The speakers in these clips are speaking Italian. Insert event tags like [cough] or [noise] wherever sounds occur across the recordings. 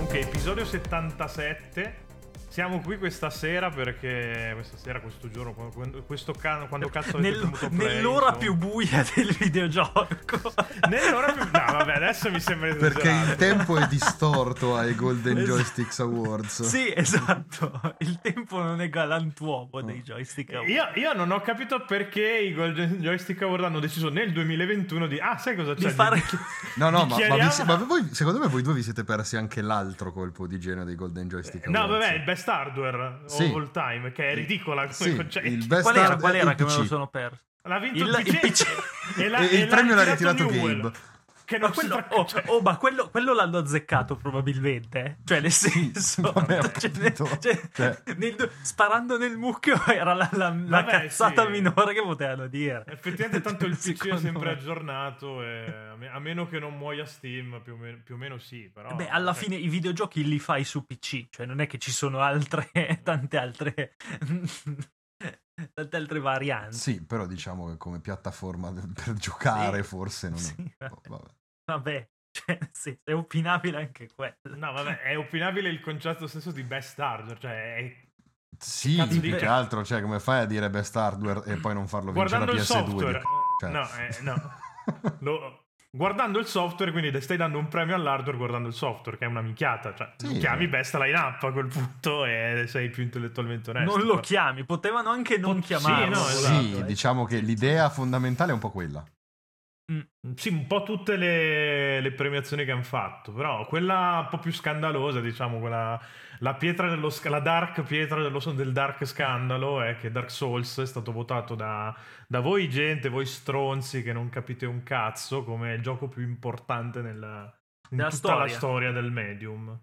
Ok, episodio 77. Siamo qui questa sera perché questa sera, questo giorno, quando- questo ca- quando cazzo avete Nel- tenuto play, nell'ora insomma. più buia [laughs] del videogioco. Nell'ora più... No, vabbè, adesso mi sembra Perché esagerato. il tempo [laughs] è distorto ai Golden Esatto. Joysticks Awards. sì, esatto. Il tempo non è galantuomo dei joystick. Award. Eh, Io, io non ho capito perché i Golden Joystick Award hanno deciso nel 2021 di... Ah, sai cosa c'è? Di fare- No, no, ma, ma vi Dichiariamo- si- ma voi, secondo me voi due vi siete persi anche l'altro colpo di genio dei Golden Joystick Eh, No, Awards. vabbè, il best hardware Sì. of all time, che è ridicola come Sì, concetto. il best Qual era, hard- qual e era il che me lo PC. sono perso? L'ha vinto Il- il PC. E, E- e il l'ha premio ritirato l'ha ritirato Newell, Gabe. Che non Ma si quello, tra- oh, cioè- oh, ma quello, quello l'hanno azzeccato probabilmente. eh. Cioè, nel senso, vabbè, cioè, appunto. cioè, Cioè. nel- sparando nel mucchio era la, la- la Vabbè, cazzata sì. minore che potevano dire. Effettivamente tanto [laughs] il PC è Secondo sempre me. aggiornato, e a me- a meno che non muoia Steam, più o meno, più o meno sì, però... Eh Beh, alla cioè, fine i videogiochi li fai su PC, cioè non è che ci sono altre, [laughs] tante altre, tante altre varianti. Sì, però diciamo che come piattaforma [laughs] de- per giocare forse non è... Sì, oh, vabbè. vabbè, cioè, nel senso, è opinabile anche quello. No, vabbè, è opinabile il concetto stesso di best hardware, cioè... è- Sì, Cazzo di- più che altro, cioè come fai a dire best hardware e poi non farlo vincere Guardando la il PS2? software... cioè. No, eh, no. [laughs] Lo- Guardando il software, quindi le stai dando un premio all'hardware guardando il software, che è una minchiata. Cioè, Sì. lo chiami best line-up a quel punto e sei più intellettualmente onesto. Non lo però. chiami, potevano anche non Pot- sì, chiamarlo. no, volendo, esatto, sì, eh. diciamo che l'idea fondamentale è un po' quella. Mm, Sì, un po' tutte le, le premiazioni che hanno fatto, però quella un po' più scandalosa, diciamo, quella, la pietra dello sc- la dark pietra dello, del dark scandalo è che Dark Souls è stato votato da, da voi gente, voi stronzi che non capite un cazzo, come il gioco più importante nella, in Della tutta la storia. storia del medium.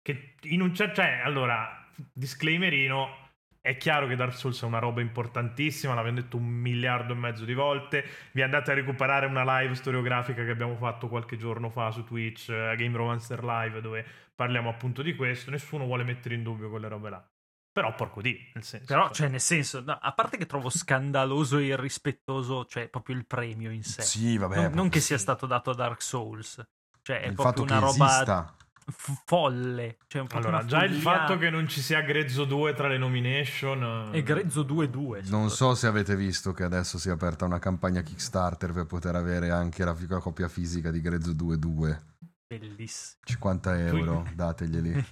Che in un cer- cioè, allora, disclaimerino, è chiaro che Dark Souls è una roba importantissima, l'abbiamo detto un miliardo e mezzo di volte. Vi andate a recuperare una live storiografica che abbiamo fatto qualche giorno fa su Twitch, eh, Game Romancer Live, dove parliamo appunto di questo. Nessuno vuole mettere in dubbio quelle robe là. Però porco di, nel senso. Però, cioè, cioè, nel senso, no, a parte che trovo scandaloso e irrispettoso, cioè, proprio il premio in sé. Sì, vabbè. non, non che sia sì. stato dato a Dark Souls. Cioè, è il proprio fatto una che roba esista. f- folle. Cioè, è proprio Allora, una già il follia. fatto che non ci sia Grezzo 2 tra le nomination... eh, È grezzo 2-2. Non so se avete visto che adesso si è aperta una campagna Kickstarter per poter avere anche la, fi- la copia fisica di Grezzo 2.2. Bellissimo. 50 euro, dateglieli.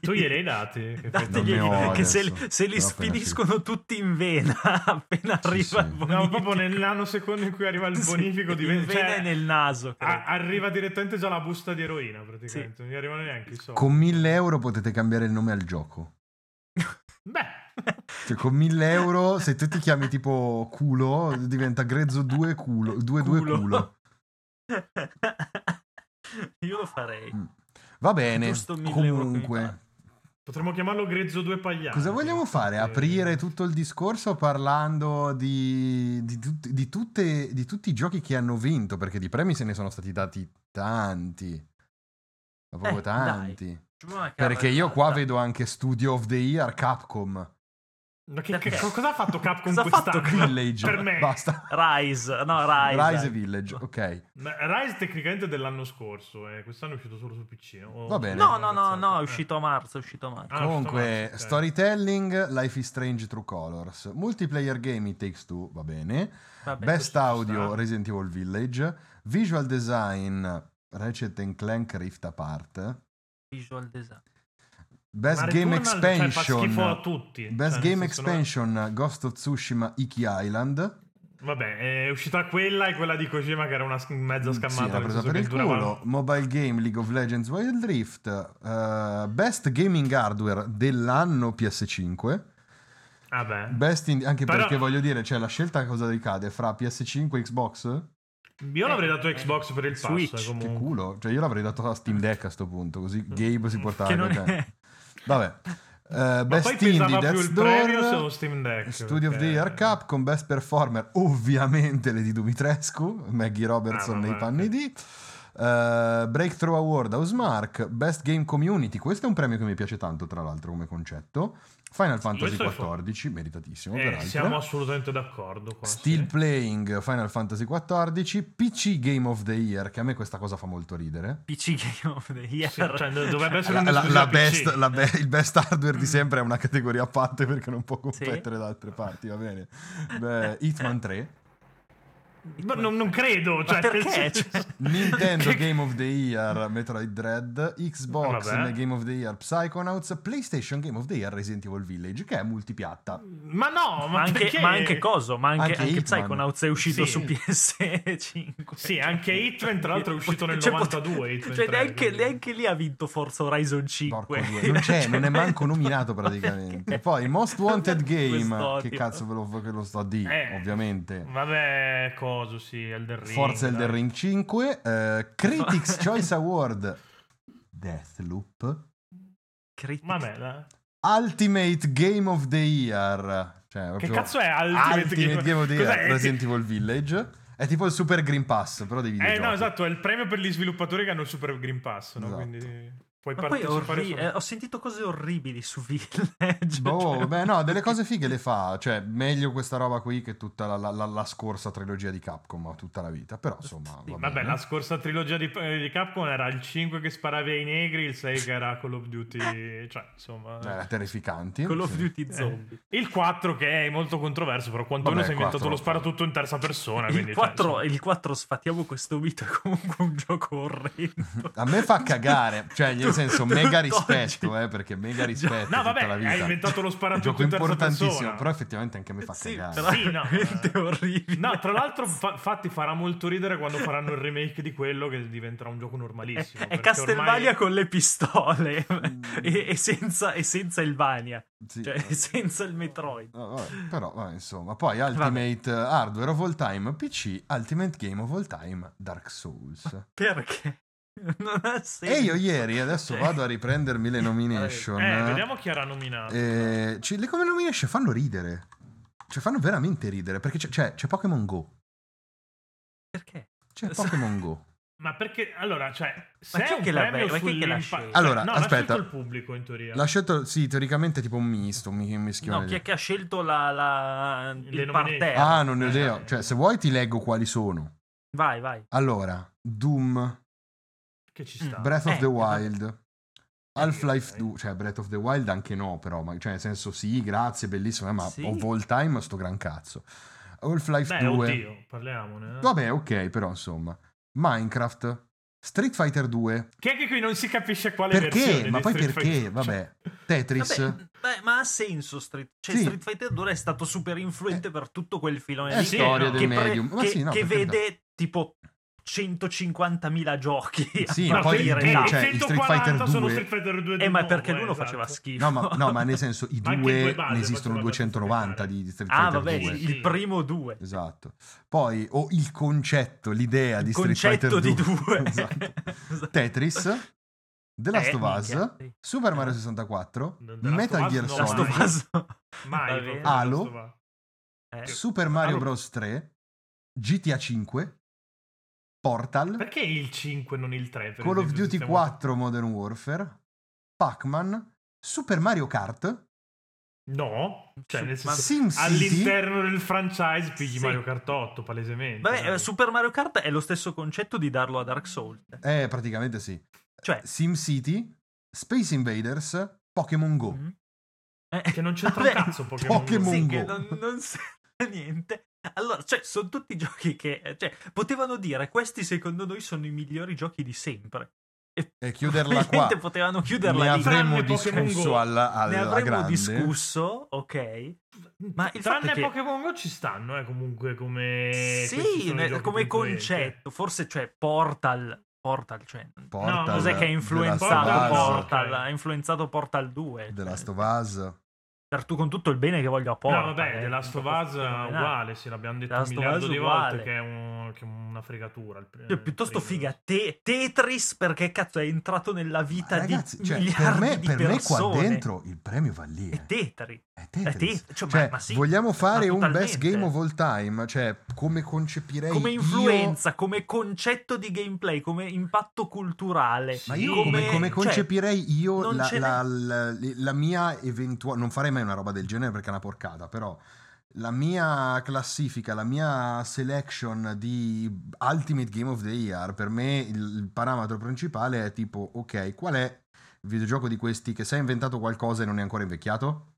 Tu gliel'hai dati? Che Dategli Non ne ho che se, adesso. se li Però appena spediscono tutti in vena [laughs] appena Sì, arriva sì. il bonifico. No, proprio nel nanosecondo in cui arriva il [laughs] Sì, bonifico di cioè Ah, in vena e nel naso. credo. A- arriva direttamente già la busta di eroina, praticamente. Non gli arrivano neanche i soldi. Con 1000 euro potete cambiare il nome al gioco. Beh, Cioè, con 1000 euro, se tu ti chiami tipo culo, diventa grezzo 2 culo. 2 2 Culo. culo. [laughs] Io lo farei. Mm. Va bene. Giusto 1000 euro che mi Comunque, pare. potremmo chiamarlo Grezzo 2 Pagliari. cosa vogliamo fare? Eh, Aprire tutto il discorso parlando di, di tut- di tutte- di tutti i giochi che hanno vinto? Perché di premi se ne sono stati dati tanti. Ma proprio Eh, dai. tanti. Ma Perché io qua cavolo, vedo anche Studio of the Year Capcom. [laughs] Ma che, Perché? che- cosa ha fatto Capcom Cioè, Cosa ha fatto quest'anno? Village. Per me. Ah, Basta. Rise, no, Rise. Rise Village, ok. Ma Rise tecnicamente è dell'anno scorso, eh. quest'anno è uscito solo su PC. o- Va bene. No, no, esatto. no, no, Eh. è uscito a marzo, è uscito a marzo. Ah, Comunque, sto- ok. storytelling, Life is Strange True Colors, multiplayer game It Takes Two, va bene, Vabbè, best questo ci audio sta. Resident Evil Village, visual design Ratchet and Clank Rift Apart, visual design. best Ma game Returnal, cioè, fa expansion, schifo a tutti. best Cioè, nel game senso, no- expansion Ghost of Tsushima Iki Island, Vabbè, è uscita quella e quella di Kojima che era una s- mezza Mm, sì, scammata. l'ha nel presa senso per che il durava- culo, mobile game League of Legends Wild Rift, eh, best gaming hardware dell'anno PS5, Vabbè. Best in- anche Però- perché voglio dire, cioè la scelta cosa ricade fra PS5 e Xbox? Io l'avrei dato Eh, Xbox per il pass, Switch, eh, Che comunque. culo, cioè io l'avrei dato a Steam Deck a sto punto, così Mm. Gabe si portava. Che non cioè. è... Vabbè. Eh, Ma best poi Indie, pesava più Death's il premio su Door, Steam Deck. Studio of the perché- Year Cup con Best Performer, ovviamente Lady Dumitrescu, Maggie Robertson Ah, vabbè. nei panni di. Eh, Breakthrough Award Housemark, Best Game Community, questo è un premio che mi piace tanto tra l'altro come concetto, Final Fantasy questo è fu- XIV, meritatissimo Eh, peraltro, siamo assolutamente d'accordo. Qua, Still sì. Playing Final Fantasy XIV, PC Game of the Year, che a me questa cosa fa molto ridere. PC Game of the Year. Sì, cioè, [laughs] dovrebbe essere La, un la- esclusivo la PC. best- la be- il best hardware di sempre è una categoria a parte perché non può Sì. competere da altre parti, va bene. Beh, Hitman 3, Ma non, non credo. Ma Cioè, perché? nel senso- Nintendo [laughs] Che- Game of the Year, Metroid Dread, Xbox Ah, Vabbè. Game of the Year, Psychonauts, PlayStation Game of the Year, Resident Evil Village, che è multipiatta. Ma no, ma, Ma anche, perché? ma anche coso, ma anche, Anche anche Hitman. Psychonauts è uscito Sì. su PS5. Sì, anche Hitman, tra l'altro, è uscito nel Cioè, pot- 92. Hitman Cioè, 3, neanche, quindi- neanche lì ha vinto Forza Horizon 5. Porco [laughs] due. [laughs] Non c'è, non è manco Cioè, nominato ma praticamente. perché? Poi Most Wanted Game, Quest'odio. che cazzo ve lo, che lo sto a dire, Eh. ovviamente. Vabbè, coso, sì, Elden Ring. Forza Elden dai. Ring 5, eh, [laughs] Critics Choice Award, Deathloop, Critic- Vabbè, dai. Ultimate Game of the Year. Cioè, Che proprio cazzo è Ultimate, Ultimate, Game of the Year, Cos'è? È Resident Evil cioè. Village. È tipo il Super Green Pass, però devi Eh no, esatto, è il premio per gli sviluppatori che hanno il Super Green Pass, no? Esatto. Quindi puoi Ma poi è partecipare orri- solo- eh, ho sentito cose orribili su Village. [laughs] Boh, cioè- beh, no, delle cose fighe le fa. Cioè, meglio questa roba qui che tutta la, la- la- la scorsa trilogia di Capcom, ma tutta la vita. Però, insomma, eh. va Sì, bene. Vabbè, la scorsa trilogia di, eh, di Capcom era il 5 che sparavi ai negri, il 6 che era Call of [laughs] Duty, cioè insomma... Eh, Era terrificante. Call of Duty eh. Zombie. Il 4 che è molto controverso, però quantomeno Vabbè, si è inventato 4. lo sparatutto in terza persona. Il quindi, 4, cioè, il 4, sfatiamo questo mito, è comunque un gioco orrendo. A me fa cagare, cioè, nel Tu- senso, tu mega togli- rispetto, eh, perché mega rispetto. No, tutta vabbè, la vita. hai inventato lo un sparatutto gioco in terza importantissimo, persona. però effettivamente anche a me fa Eh, Sì, cagare. però Sì, no, è veramente eh. orribile. No, tra l'altro, fa- infatti, farà molto ridere quando faranno il remake di quello che diventerà un gioco È, normalissimo. è perché Castelvania ormai- con le pistole [laughs] e, e senza, e senza il Vania, Sì. cioè senza il Metroid. No, vabbè, però vabbè, insomma, poi Ultimate eh, Hardware of All Time PC, Ultimate Game of All Time Dark Souls. Perché? [laughs] Non ha senso. E io ieri adesso Cioè- vado a riprendermi le nomination. Eh, vediamo chi era nominato. Eh, ci- le come nomination fanno ridere. Cioè fanno veramente ridere perché c'è, cioè, c'è- c'è Pokémon Go. Perché? C'è Sì. Pokémon [laughs] Go. Ma perché allora, cioè, se Ma chi è è un che l'ha premio be- ma chi è che l'ha sull'impa- scelto? Allora, no, aspetta. l'ha scelto il pubblico in teoria. L'ha scelto, sì, teoricamente è tipo un misto, un mi- un mischione No, chi di- è che ha scelto la, la, Le il nomination. parterre? Ah, non ne ho Eh, idea. Cioè, se vuoi ti leggo quali sono. Vai, vai. Allora, Doom, Che ci sta. Mm. Breath of Eh, the eh, Wild, Half-Life ok. 2, cioè Breath of the Wild anche no, però, ma- cioè nel senso sì, grazie, bellissimo, eh, ma Sì. of all time sto gran cazzo. Half-Life Beh, 2. oddio, parliamone. eh. Vabbè, ok, però insomma. Minecraft, Street Fighter 2, Che anche qui non si capisce quale perché? versione Ma di poi Street perché? Fighter. Cioè, Vabbè, Tetris. Vabbè, beh, ma ha senso Street, cioè, Sì. Street Fighter 2 è stato super influente Eh, per tutto quel filone è lì storia che, del pre- medium. Ma che- sì, no, che per carità. vede tipo 150.000 giochi Sì, [laughs] Ma a ma poi- partire perché? da- no, cioè, il Street 140 Fighter sono 2 Street Fighter 2 eh, ma è perché esatto. l'uno faceva schifo No ma, no, [laughs] ma nel senso, i Ma anche due in due base, ne esistono faccio la 290 battuta. di, di Street ah Fighter vabbè 2. sì. il primo 2 Esatto. Poi ho il concetto, l'idea di il Street Fighter 2. concetto di 2 [laughs] Esatto. Tetris, The Last Eh, of Us, minchia, sì. Super Mario Eh. 64, The Last of Metal Us Gear no, Last Solid, of Us Mai, Va proprio, bene. Halo? questo va. Eh, Super Mario Allora- Bros 3, GTA 5, Portal, Perché il 5 non il 3? per Call of esempio, se Duty stiamo- 4 Modern Warfare, Pac-Man, Super Mario Kart, No, cioè nel Ma- senso SimCity, all'interno del franchise pigli Sì. Mario Kart 8 palesemente. vabbè dai. eh, Super Mario Kart è lo stesso concetto di darlo a Dark Souls eh praticamente sì, cioè SimCity, Space Invaders, Pokémon Go. mm. che non c'entra un Vabbè, cazzo Pokémon. Go. Pokémon- Sì, Mongo. che non, non [laughs] serve a niente. Allora, cioè, sono tutti giochi che cioè, potevano dire questi secondo noi sono i migliori giochi di sempre. E [laughs] chiuderla qua. Probabilmente potevano chiuderla Ne lì. avremmo Tranne Pokémon discusso Go. alla, alla ne avremmo grande. discusso, ok? Eh, Ma il fatto Tranne è che- Pokémon Go ci stanno, eh, comunque come questi sì, sono i ne- giochi come più influenti. concetto, forse cioè Portal, Portal, cioè, Portal, No, cos'è che ha The influenzato Last of Us, Portal? ok. Ha influenzato Portal 2. The cioè, Last of Us. per tu con tutto il bene che voglio a Portal. No, vabbè, eh, The Last of proprio Us fenomenale. uguale, sì, l'abbiamo detto The un Last of miliardo Us di uguale. volte che è, un- che è una fregatura. il pr- Cioè, piuttosto primo. figa Te- Tetris perché cazzo è entrato nella vita Ma ragazzi, di cioè, per miliardi me, di per me qua persone. dentro il premio va lì. È eh. Tetris. È Tetris. Eh, te- cioè, ma- Cioè, ma sì, vogliamo fare ma un best totalmente. game of all time? Cioè, come concepirei come io- influenza, come concetto di gameplay, come impatto culturale. Ma io come, come cioè, concepirei io non la, ce la- la- la mia eventuale... Non farei mai una roba del genere perché è una porcata, però la mia classifica, la mia selection di Ultimate Game of the Year, per me il, il parametro principale è tipo, ok, qual è il videogioco di questi che si è inventato qualcosa e non è ancora invecchiato?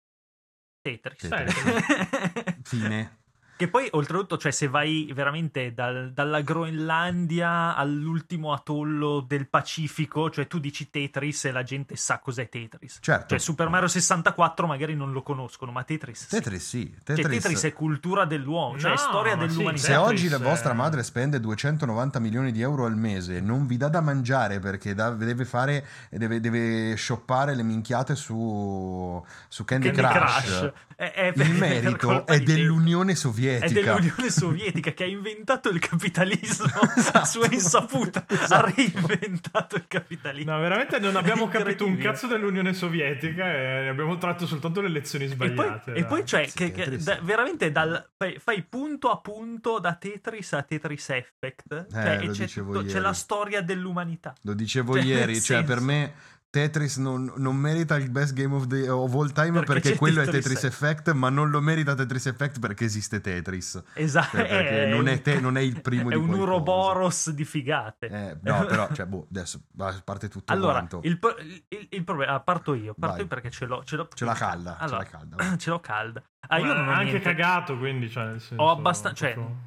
Tetris. Tetris. Fine. [laughs] Che poi, oltretutto, cioè, se vai veramente dal- dalla Groenlandia all'ultimo atollo del Pacifico, cioè tu dici Tetris e la gente sa cos'è Tetris. Certo. Cioè, Super Mario 64 magari non lo conoscono, ma Tetris. sì. Tetris sì. Cioè, Tetris, Tetris è cultura dell'uomo, cioè No, è storia ma sì, dell'umanità. Se Tetris, oggi la eh. vostra madre spende 290 milioni di euro al mese e non vi dà da mangiare perché da- deve fare deve, deve shoppare le minchiate su, su Candy, Candy Crush, È- è [laughs] per- il per merito colpa è di Tetris. dell'Unione È Sovietica. dell'Unione Sovietica che ha inventato il capitalismo a sua [laughs] Esatto. insaputa. Ha [laughs] Esatto. reinventato il capitalismo. No, veramente non [laughs] abbiamo capito un Incredibile. cazzo dell'Unione Sovietica e abbiamo tratto soltanto le lezioni E poi, sbagliate. e poi c'è Sì, che, che Tetris. da- veramente dal, fai, fai punto a punto da Tetris a Tetris Effect. Cioè, Eh, lo e c'è, dicevo tutto- c'è ieri. la storia dell'umanità. Lo dicevo Cioè, nel ieri, cioè senso. per me Tetris non, non merita il best game of, the- of all time Perché perché, c'è quello è Tetris Tetris Effect, ma non lo merita Tetris Effect perché esiste Tetris. Esatto. Cioè, perché non è te- non è il primo È di un qualcosa. uroboros di figate. Eh, [laughs] no, però, cioè, boh, adesso a parte tutto Allora, quanto. il, pro- il- il problema. ah, Parto io, parto Vai. io perché ce l'ho. Ce l'ho, Ce l'ha calda, ce Allora, l'ha [clears throat] calda. vai. [laughs] ce l'ho calda. Ah, io Ma non ho ha anche niente. cagato, quindi cioè, nel senso, Ho abbastan- cioè, proprio-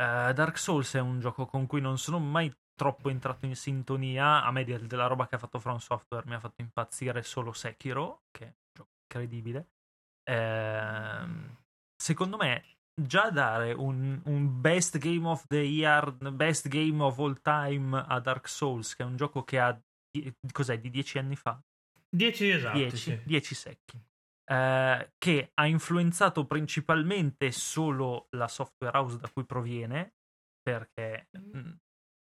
Eh, Dark Souls è un gioco con cui non sono mai troppo entrato in sintonia. A me del- della roba che ha fatto From Software mi ha fatto impazzire solo Sekiro, che è un gioco incredibile. Ehm, secondo me, già dare un, un best game of the year, best game of all time a Dark Souls, che è un gioco che ha di- cos'è, di dieci anni fa, 10 esatti, 10, Esatto, sì. secchi, eh, che ha influenzato principalmente solo la software house da cui proviene, perché mh,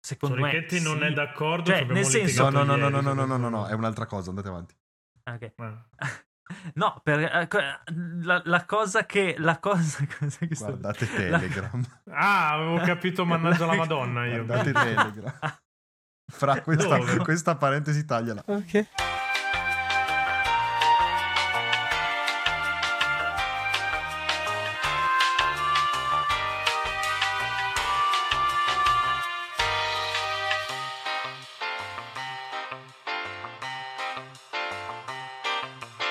secondo Sorichetti me... Mm. non sì. è d'accordo, Cioè, ci abbiamo nel senso- No, litigato no, no, no, ieri no, no, su no, no, no, questo. no, è un'altra cosa, andate avanti. Ok. [laughs] Eh. No, per, eh, co- la, la cosa che... La cosa, [laughs] cosa che sto- [laughs] Guardate la- [laughs] Telegram, Ah, avevo Eh. capito, mannaggia la madonna [laughs] io. guardate Telegram. Fra questa, Dove? questa parentesi tagliala.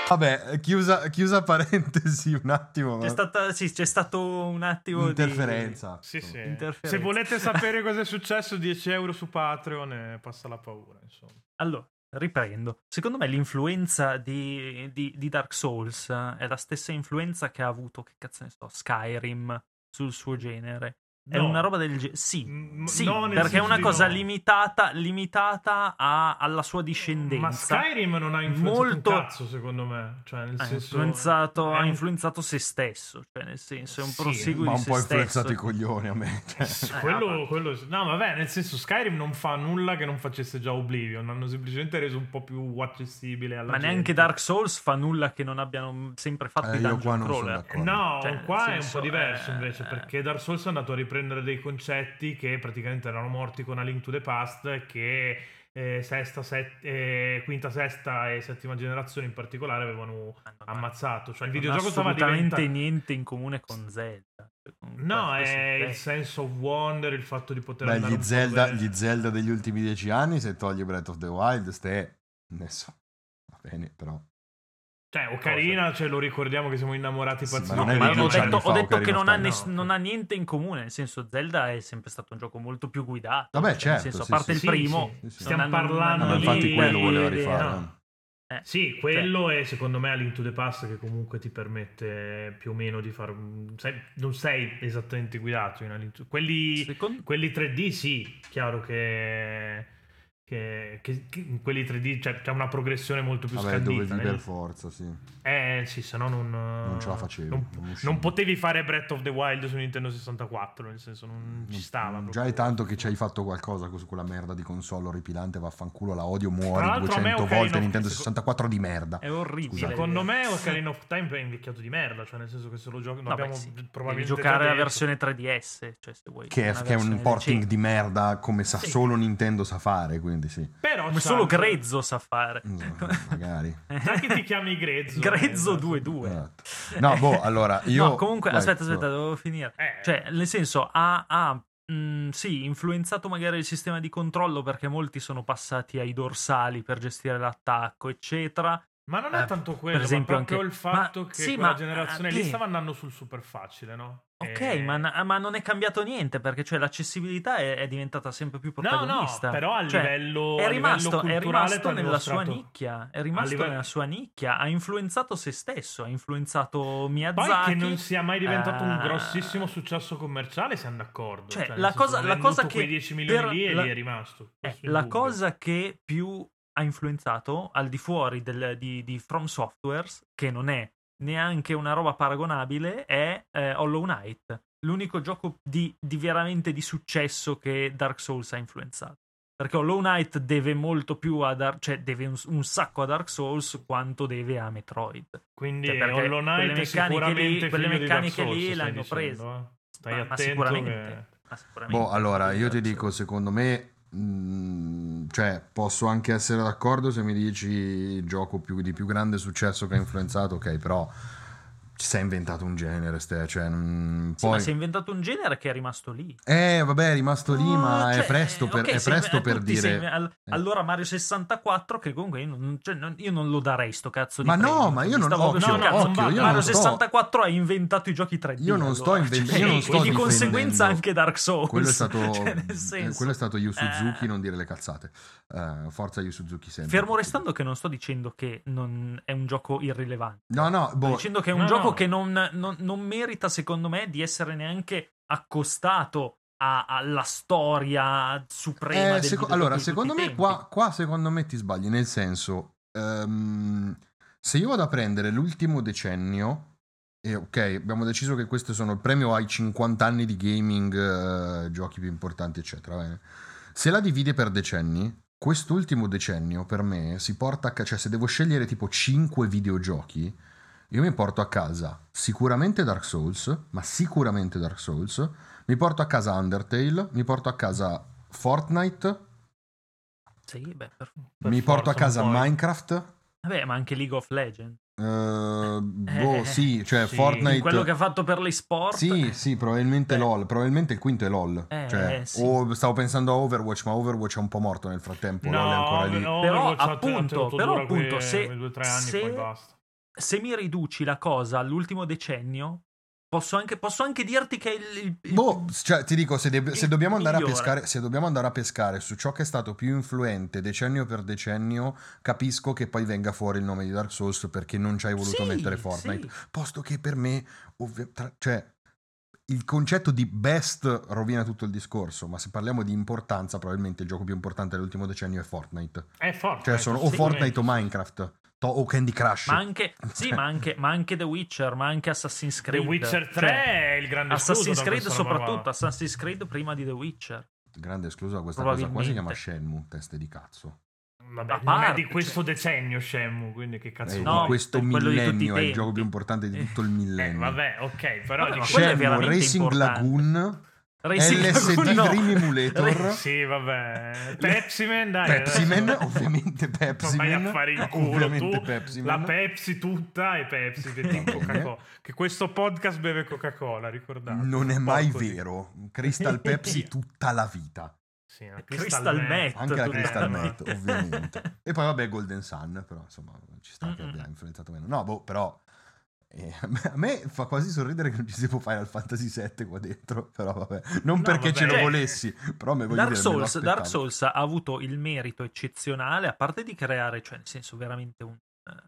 Vabbè, eh, chiusa, chiusa parentesi un attimo. C'è, stata, sì, c'è stato un attimo Interferenza. Sì, sì. Interferenza. Se volete sapere cosa è successo, 10 euro su Patreon e passa la paura, insomma. di... Allora, riprendo. Secondo me l'influenza di, di- di Dark Souls eh, è la stessa influenza che ha avuto, che cazzo ne so, Skyrim sul suo genere. È No. una roba del genere. Sì, Mm, Sì, no, nel perché è senso una di cosa no. limitata, limitata a- alla sua Ma discendenza. Skyrim non ha influenzato Molto- un cazzo, secondo me. Cioè, nel ha senso... influenzato, ha è- influenzato se stesso, cioè nel senso è un Sì, proseguo Ma di un se po' stesso. influenzato i coglioni [laughs] a me. cioè. Sì, Eh, quello, vabbè. quello sì. No, vabbè, nel senso Skyrim non fa nulla che non facesse già Oblivion, hanno semplicemente reso un po' più accessibile alla Ma gente. neanche Dark Souls fa nulla che non abbiano sempre fatto Eh, i io qua dungeon non sono crawler. d'accordo. No, Cioè, nel qua è un senso, po' diverso eh, invece, eh. perché Dark Souls è andato a riprendere dei concetti che praticamente erano morti con A Link to the Past, che eh, sesta, set- eh, quinta, sesta e settima generazione in particolare avevano Ah, non ha- ammazzato. Cioè il non ha videogioco stava assolutamente diventando... niente in comune con Zelda. Cioè, con No, questo è il successo. senso of wonder, il fatto di poter Beh, andare gli un po' Zelda, dove- gli Zelda degli ultimi dieci anni, se togli Breath of the Wild, ste... Adesso, va bene, però... Cioè, Ocarina, cioè, lo ricordiamo che siamo innamorati Sì, ma pazzeschi. non No, è ma di ho dieci detto, anni fa, ho detto che Ocarina of non ha, Time. ness- non ha niente in comune, nel senso Zelda è sempre stato un gioco molto più guidato. Vabbè, cioè, certo, Nel senso, a sì, parte sì, il sì, primo, sì, sì. non Stiamo hanno- non parlando hanno No, ma di- niente infatti lì- quello voleva di- rifare. no. eh. eh, Sì, quello è secondo me all'Into the Past che comunque ti permette più o meno di fare... un- sai, non sei esattamente guidato in All'Into... Quelli, secondo- quelli 3D sì, chiaro che... che che, che- che in quelli 3D c'è, c'è una progressione molto più Vabbè, scandita. eh. dovevi nel- per forza, sì. Eh sì, se no non... Non ce la facevi, Non, non uscivi. non potevi fare Breath of the Wild su Nintendo 64, nel senso non ci stava. proprio. Già è tanto che ci hai fatto qualcosa su quella merda di console orripilante, vaffanculo, la odio, Tra muori l'altro a me 200 Ocarina volte of- Nintendo seco- 64 di merda. È orribile. Scusate. Secondo [laughs] me Ocarina of Time è invecchiato di merda, cioè nel senso che se lo giochi... Vabbè, abbiamo sì. Devi probabilmente giocare la detto. versione 3DS, cioè se vuoi. Che una è, che è un versione porting decente. di merda come sa Sì. solo Nintendo sa fare, quindi sì. [laughs] Però Come c'ha- solo Grezzo sa fare. Mm, Magari. Sai che ti [laughs] chiami Grezzo? Grezzo eh? 2-2. Esatto. No, boh, allora io... [laughs] No, comunque, vai, boh. aspetta, scusa. aspetta, devo finire. Eh, Cioè, nel senso, ha, ha, mh, sì, influenzato magari il sistema di controllo perché molti sono passati ai dorsali per gestire l'attacco, eccetera. ma non è eh, tanto quello, per esempio ma proprio anche- il fatto ma- che sì, quella ma- generazione eh, lì sì. stava andando sul super facile, no? Ok, Eh, ma, n- ma non è cambiato niente perché cioè, l'accessibilità è, è diventata sempre più No, no, protagonista. però a Cioè, livello, è a livello rimasto, è culturale rimasto t'hanno nella sua mostrato- nicchia, è rimasto livello- nella sua nicchia, ha influenzato se stesso, ha influenzato Poi Miyazaki. che non sia mai diventato un eh, grossissimo successo commerciale, siamo d'accordo. Cioè, nel la senso, cosa- non la è cosa andato che quei 10 milioni per lì e la- lì è rimasto. Eh, Questo è il la dubbio. cosa che più ha influenzato al di fuori del- di, di From Softwares, che non è neanche una roba paragonabile, è eh, Hollow Knight, l'unico gioco di, di veramente di successo che Dark Souls ha influenzato. Perché Hollow Knight deve molto più a Dark, cioè deve un, un sacco a Dark Souls quanto deve a Metroid. Quindi cioè, perché Hollow Knight quelle è meccaniche sicuramente lì- quelle figlio di Dark meccaniche Souls, lì stai l'hanno dicendo, prese. eh? Stai Ma- ma, attento sicuramente, che- ma sicuramente. Boh, allora io ti Dark dico, Souls. secondo me, mh, cioè, posso anche essere d'accordo se mi dici il gioco più- di più grande successo che ha influenzato, ok, però ci sei inventato un genere, ste, cioè, mh, Sì, ma poi... si è inventato un genere che è rimasto lì. Eh, vabbè, è rimasto lì, ma Ah, è cioè, presto per, ok, è se- presto eh, per tutti dire... eh. se- al- allora Mario 64 che comunque io non, cioè, non- io non lo darei sto cazzo di Ma no, premio, ma io mi non- stavo proprio occhio, sul cazzo. occhio, io Mario non sto- 64 ha inventato i giochi 3D. Io non sto allora, inventando, cioè, io non e sto di difendendo. conseguenza anche Dark Souls. Quello è stato, [laughs] Cioè, nel eh, senso, quello è stato Yu Suzuki, eh. non dire le cazzate. Eh, forza Yu Suzuki sempre. Fermo restando che non sto dicendo che non è un gioco irrilevante, No, no, sto boh, dicendo che è un no, gioco no. che non, non- non merita, secondo me, di essere neanche accostato a- alla storia Eh, suprema del seco- videogioco allora, di tutti secondo i me tempi. qua, qua secondo me ti sbagli, nel senso, ehm, se io vado a prendere l'ultimo decennio, e ok, abbiamo deciso che questo sono il premio ai 50 anni di gaming, eh, giochi più importanti, eccetera, va bene. Se la divide per decenni, quest'ultimo decennio per me si porta a ca- cioè se devo scegliere tipo 5 videogiochi, io mi porto a casa sicuramente Dark Souls, ma sicuramente Dark Souls, mi porto a casa Undertale, mi porto a casa Fortnite, Sì, beh, per- Per mi porto a forza, casa ma eh. poi- Minecraft. Vabbè, ma anche League of Legends. eh, boh, eh, sì, cioè sì. Fortnite. Quello che ha fatto per le sport. Sì, eh, sì, probabilmente Beh. LOL. Probabilmente il quinto è LOL. Eh, cioè, eh, sì. o stavo pensando a Overwatch, ma Overwatch è un po' morto nel frattempo. LOL è ancora lì. no, Però, Overwatch ha- ha appunto, tenuto però, dura quei- appunto, se- quei due, tre anni, se- poi basta. Se mi riduci la cosa all'ultimo decennio, posso anche, posso anche dirti che il, il- il- Boh, cioè, ti dico, se, deb- se il dobbiamo andare a migliore. pescare, se dobbiamo andare a pescare su ciò che è stato più influente decennio per decennio, capisco che poi venga fuori il nome di Dark Souls perché non ci hai voluto Sì, mettere Fortnite. sì. Posto che per me, ovvi- tra- cioè, il concetto di best rovina tutto il discorso, ma se parliamo di importanza, probabilmente il gioco più importante dell'ultimo decennio è Fortnite. È forte. Cioè, sono o Fortnite o Minecraft, to- o Candy Crush. Eh, Ma anche, sì, ma anche, ma anche The Witcher, ma anche Assassin's The Creed. Witcher 3 Cioè, è il grande escluso Assassin's da Creed questa soprattutto, roba qua. Assassin's Creed prima di The Witcher. Grande escluso da questa cosa qua si chiama Probabilmente. Shenmue, teste di cazzo. Vabbè, non a è parte, cioè. di questo decennio Shenmue, quindi che cazzo Eh, vuoi? no, di questo per quello di tutti i millennio è il tempi. gioco più importante di tutto il millennio. Eh, vabbè, ok, però Vabbè, di- ma quello è Shenmue, veramente Racing importante. Lagoon, Racing LSD Lagoon, no. Dream Emulator, Sì, vabbè. Pepsi Man, dai. [laughs] Pepsi Man, adesso- ovviamente Non Pepsi vai a Man, Eh, fare il culo ovviamente tu. Pepsi La Man. Pepsi tutta e Pepsi che, Va ti bene. Coca-Cola. che questo podcast beve Coca-Cola, ricordate. Non è mai Porco di- vero, [laughs] Crystal Pepsi tutta la vita, Sì, la Crystal Meth. anche la Eh, Crystal ma- Met ovviamente. [laughs] E poi vabbè Golden Sun, però insomma ci sta che Mm-mm. abbia influenzato meno. No, boh, però eh, a me fa quasi sorridere che non ci sia Final Fantasy VII qua dentro, però vabbè, non No, perché vabbè. ce lo Cioè, volessi, però me voglio Dark dire, me lo Souls, Dark aspettavo. Souls ha avuto il merito eccezionale, a parte di creare, cioè nel senso veramente un, eh,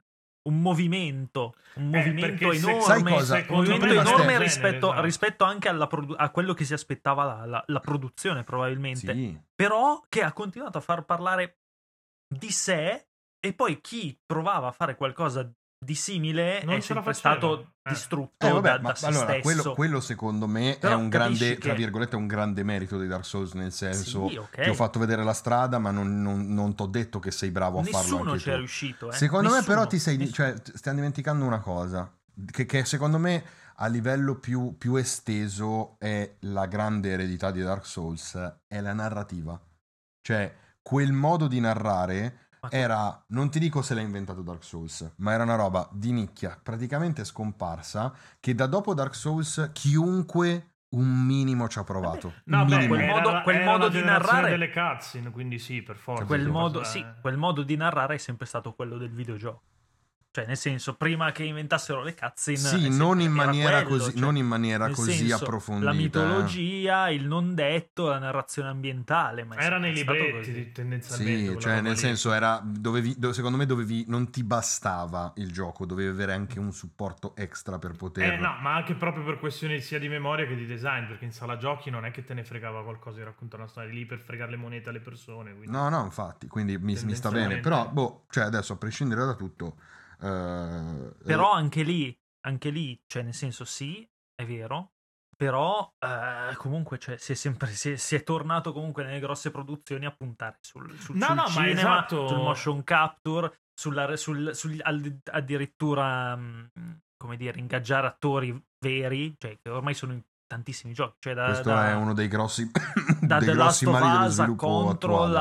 un movimento, un Eh, movimento perché se- enorme, Sai cosa? un secondo movimento me- enorme Genere, rispetto, esatto. rispetto anche alla produ- a quello che si aspettava la, la- la produzione probabilmente, Sì. Eh, però che ha continuato a far parlare di sé e poi chi provava a fare qualcosa di simile Non è ce la sempre faceva. stato Eh. distrutto Eh, vabbè, da, ma da se allora, stesso. quello, quello secondo me Però è un capisci grande, tra che- virgolette, un grande merito dei Dark Souls, nel senso Sì, ok. ti ho fatto vedere la strada, ma non, ti ho detto che sei bravo a farlo Nessuno anche ci tu. è riuscito. eh. Secondo me, Nessuno. però, ti sei, Nessuno. cioè, t- stiamo dimenticando una cosa. Che, che secondo me a livello più, più esteso è la grande eredità di Dark Souls, è la narrativa. Cioè, quel modo di narrare Ma- era, non ti dico se l'ha inventato Dark Souls, ma era una roba di nicchia, praticamente scomparsa, che da dopo Dark Souls chiunque un minimo ci ha provato. No, Un beh, minimo. quel era modo- la- quel era modo la di generazione narrare- delle cutscene, quindi sì, per forza. quel Sì, modo, Eh, sì, quel modo di narrare è sempre stato quello del videogioco. Cioè, nel senso, prima che inventassero le cutscene, è Sì, sempre- non in, era maniera quello, così, cioè, non in maniera nel così senso, approfondita. La eh. mitologia, il non detto, la narrazione ambientale. Ma è Era sempre nei stato libretti così. di- tendenzialmente. Sì, quella cioè roba nel lì. senso era, dovevi, do- secondo me dovevi, non ti bastava il gioco, dovevi avere anche un supporto extra per poter... Eh no, ma anche proprio per questioni sia di memoria che di design, perché in sala giochi non è che te ne fregava qualcosa di raccontare una storia lì per fregare le monete alle persone. Quindi... No, no, infatti, quindi mi, mi sta bene, Tendenzialmente. però boh, cioè adesso a prescindere da tutto... eh, Però anche lì, anche lì, cioè, nel senso, sì, è vero. Però eh, comunque cioè, si, è sempre, si, è, si è tornato comunque nelle grosse produzioni a puntare sul, sul, No, no, sul ma cinema, esatto. sul motion capture, sulla re- sul- sul- al- addirittura mh, come dire, ingaggiare attori veri, cioè, che ormai sono in tantissimi giochi. Cioè da, questo da- è uno dei grossi, da dei The Last grossi of mali dello Us a sviluppo contro attuale.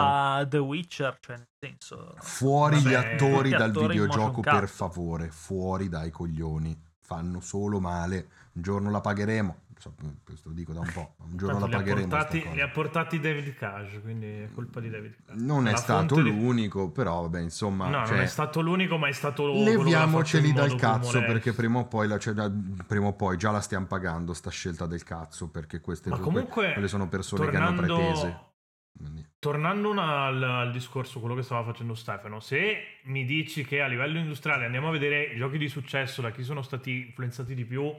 la The Witcher, cioè nel senso... Fuori Vabbè, gli attori gli dal attori in videogioco, motion per capture. favore, fuori dai coglioni, fanno solo male, un giorno la pagheremo, So, questo lo dico da un po', ma un giorno Tanto la li, ha pagheremo. sta portati, cosa. li ha portati David Cage, quindi è colpa di David Cage. Non è La stato fonte di- l'unico, però vabbè, insomma, no, cioè, non è stato l'unico, ma è stato quello che l'ha fatto leviamoceli in modo dal più cazzo molesto. perché prima o, poi la, cioè, da- prima o poi già la stiamo pagando sta scelta del cazzo perché queste Ma comunque, quelle sono persone che hanno pretese. tornando, Quindi, tornando un- al, al discorso, quello che stava facendo Stefano, se mi dici che a livello industriale andiamo a vedere i giochi di successo da chi sono stati influenzati di più,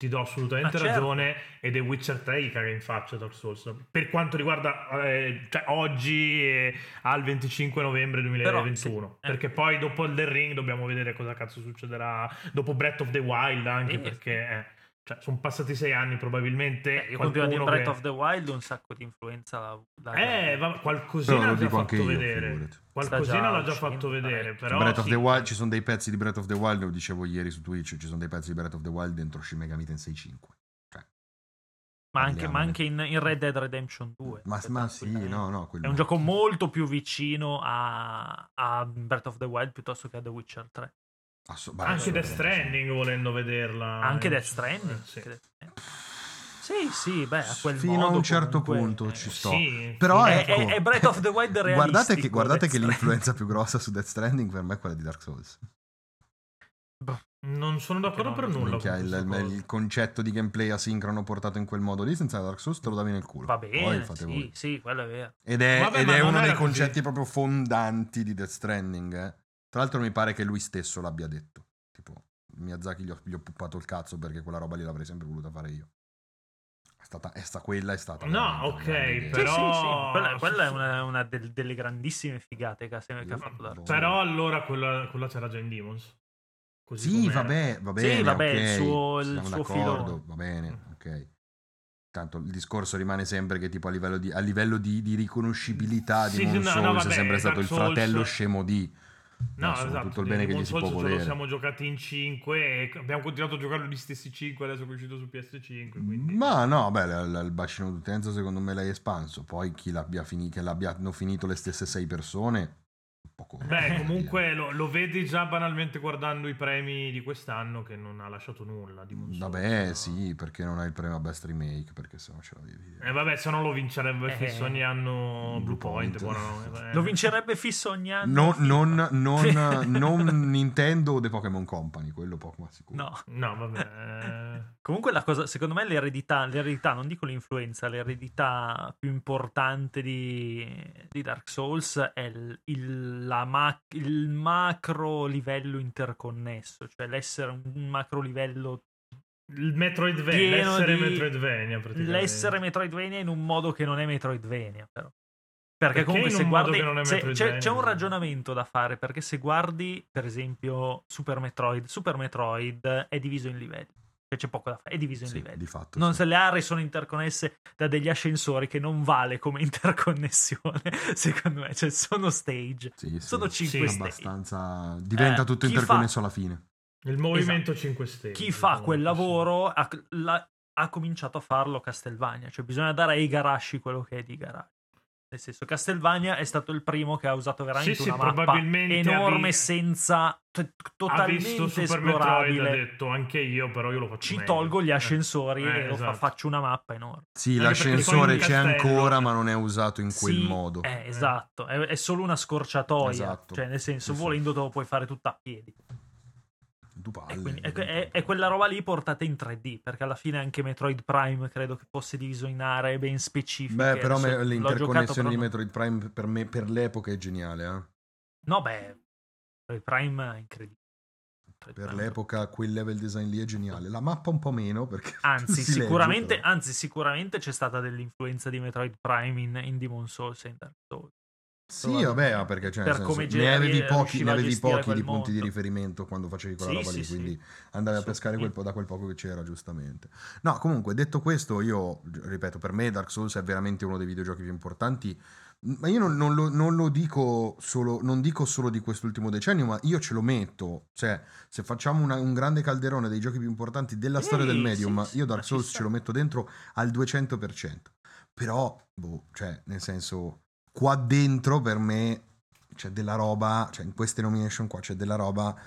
ti do assolutamente Ma certo. ragione. E The Witcher 3 gli caga in faccia Dark Souls. Per quanto riguarda eh, cioè, oggi eh, al 25 novembre 2021. Però, sì, eh. Perché poi dopo il The Ring dobbiamo vedere cosa cazzo succederà. Dopo Breath of the Wild anche Sì. perché... eh, cioè, sono passati sei anni probabilmente. eh, Io continuo a dire qualcuno Breath che- of the Wild un sacco di influenza l'ha- l'ha- eh, va- Però qualcosina lo l'ha già dico anche fatto io, vedere. figurati. Cioè, Sta Qualcosina già l'ha già uscendo, fatto vedere, parecchio. però Breath of sì. the Wild, ci sono dei pezzi di Breath of the Wild, lo dicevo ieri su Twitch, ci sono dei pezzi di Breath of the Wild dentro Shin Megami Tensei 5. ma anche, ma parliamone. anche in, in Red Dead Redemption 2. Ma, cioè, ma sì, eh. tranquillamente. no, no, quello È un gioco molto più vicino a, a Breath of the Wild piuttosto che a The Witcher 3. Asso- beh, Anche Death assolutamente eh, sì. Stranding volendo vederla. anche Eh, Death Stranding. eh, sì. anche Death Stranding. Sì, sì, beh, a quel Fino a modo un certo comunque, punto eh, ci Sì, sto. sì. Però È- ecco, è- è Breath of the Wild [laughs] Guardate realistico, che, guardate Death che Stranding. [laughs] l'influenza più grossa su Death Stranding per me è quella di Dark Souls. Non sono d'accordo Perché per non- nulla. Minchia, con il, questa cosa. il- il concetto di gameplay asincrono portato in quel modo lì, senza Dark Souls te lo davi nel culo. Va Poi bene, fate sì, voi. sì, quello è vero. Ed è, Vabbè, ed ma è non uno dei era così. concetti proprio fondanti di Death Stranding. eh. Tra l'altro, mi pare che lui stesso l'abbia detto. Tipo, Miyazaki gli ho, gli ho puppato il cazzo perché quella roba lì l'avrei sempre voluta fare io. È stata, è sta- quella è stata. No, veramente una ok, grande idea. però- Sì, sì, sì, ma Quella, quella è una, una del- delle grandissime figate che ha, che ha fatto Dark Però allora quella, quella c'era già in Demons. Così Sì, com'era. vabbè, va Sì, bene. vabbè, ok, il suo- il siamo suo d'accordo, filone. Va bene, ok. Tanto il discorso rimane sempre che tipo a livello di, a livello di, di riconoscibilità Sì, di sì, Demon no, no, Souls vabbè, è sempre stato il Dark Souls- fratello scemo di... No, Adesso, esatto. tutto il bene che Demon gli si Souls può ce lo volere. siamo giocati in 5 e abbiamo continuato a giocare gli stessi 5 adesso che è uscito su PS5. Quindi... Ma no, beh, l- l- il bacino d'utenza secondo me l'hai espanso. Poi chi l'abbia fini- che l'abbiano finito le stesse sei persone... un poco- Beh, [laughs] comunque lo, lo vedi già banalmente guardando i premi di quest'anno che non ha lasciato nulla di Monsoon. Vabbè, sì, perché non hai il premio a Best Remake, perché sennò ce l'avevi. Eh, vabbè, se no lo vincerebbe Eh. fisso ogni anno Blue Blue Point. Point. [laughs] buono, eh. Lo vincerebbe fisso ogni anno. Non, non, FIFA. non, [laughs] non Nintendo o The Pokémon Company, quello poco ma sicuro. No. eh, No, vabbè. Eh, eh, Comunque la cosa, secondo me l'eredità, l'eredità, non dico l'influenza, l'eredità più importante di, di Dark Souls è il, il- la ma- il macro livello interconnesso, cioè l'essere un macro livello, Il Metroidvania, Pieno l'essere di- Metroidvania praticamente. l'essere Metroidvania in un modo che non è Metroidvania però. Perché Perché, comunque in se un modo che non guardi è se- c'è, Metroidvania? c'è un ragionamento da fare perché se guardi per esempio Super Metroid, Super Metroid è diviso in livelli, cioè c'è poco da fare, è diviso in Sì, livelli. di fatto. Non sì. se le aree sono interconnesse da degli ascensori che non vale come [laughs] interconnessione, secondo me, cioè sono stage, Sì, sì. sono Sì. 5 stage. abbastanza diventa Eh, tutto chi fa- interconnesso alla fine. Il movimento 5 Stelle. Esatto. diciamo, chi fa quel lavoro ha, la- ha cominciato a farlo Castelvania, cioè bisogna dare ai Igarashi quello che è di Igarashi. Nel senso, Castelvania è stato il primo che ha usato veramente Sì, sì, una mappa probabilmente enorme avi- senza t- Ha totalmente visto Super Metroid, ha esplorabile. detto anche io, però io lo faccio Ci meglio. tolgo gli Eh. ascensori Eh, e lo fa- esatto. faccio una mappa enorme. Sì, Anche perché l'ascensore poi c'è il castello- ancora, ma non è usato in quel Sì, modo. eh, esatto, è, è solo una scorciatoia, Esatto. cioè nel senso, Sì, sì. volendo te lo puoi fare tutta a piedi. Tu palle. E quindi- è, è- è quella roba lì portata in 3D, perché alla fine anche Metroid Prime credo che fosse diviso in aree ben specifiche. Beh, però Adesso me- l'ho giocato, però l'interconnessione di non- Metroid Prime per me per l'epoca è geniale, eh. No, beh, Metroid Prime è incredibile. Metroid Per Prime- l'epoca quel level design lì è geniale. La mappa un po' meno perché [laughs] Anzi, [laughs] si legge, sicuramente, però. anzi, sicuramente c'è stata dell'influenza di Metroid Prime in, in Demon Souls e in Dark Souls. Sì, vabbè, ma perché cioè, Per nel come senso, ne gira- avevi riusciva pochi, ne a avevi gestire pochi quel di punti di mondo. riferimento quando facevi quella Sì, roba sì, lì, sì. quindi andavi a pescare quel po' Assolutamente. da quel poco che c'era, giustamente. No, comunque, detto questo, io ripeto, per me Dark Souls è veramente uno dei videogiochi più importanti. Ma io non, non lo, non lo dico solo, non dico solo di quest'ultimo decennio, ma io ce lo metto. Cioè, se facciamo una- un grande calderone dei giochi più importanti della Sì, storia del sì, medium, sì, io ma Dark ci Souls sta. ce lo metto dentro al 200%. Però, boh, cioè, nel senso, qua dentro per me c'è della roba, cioè in queste nomination qua c'è della roba.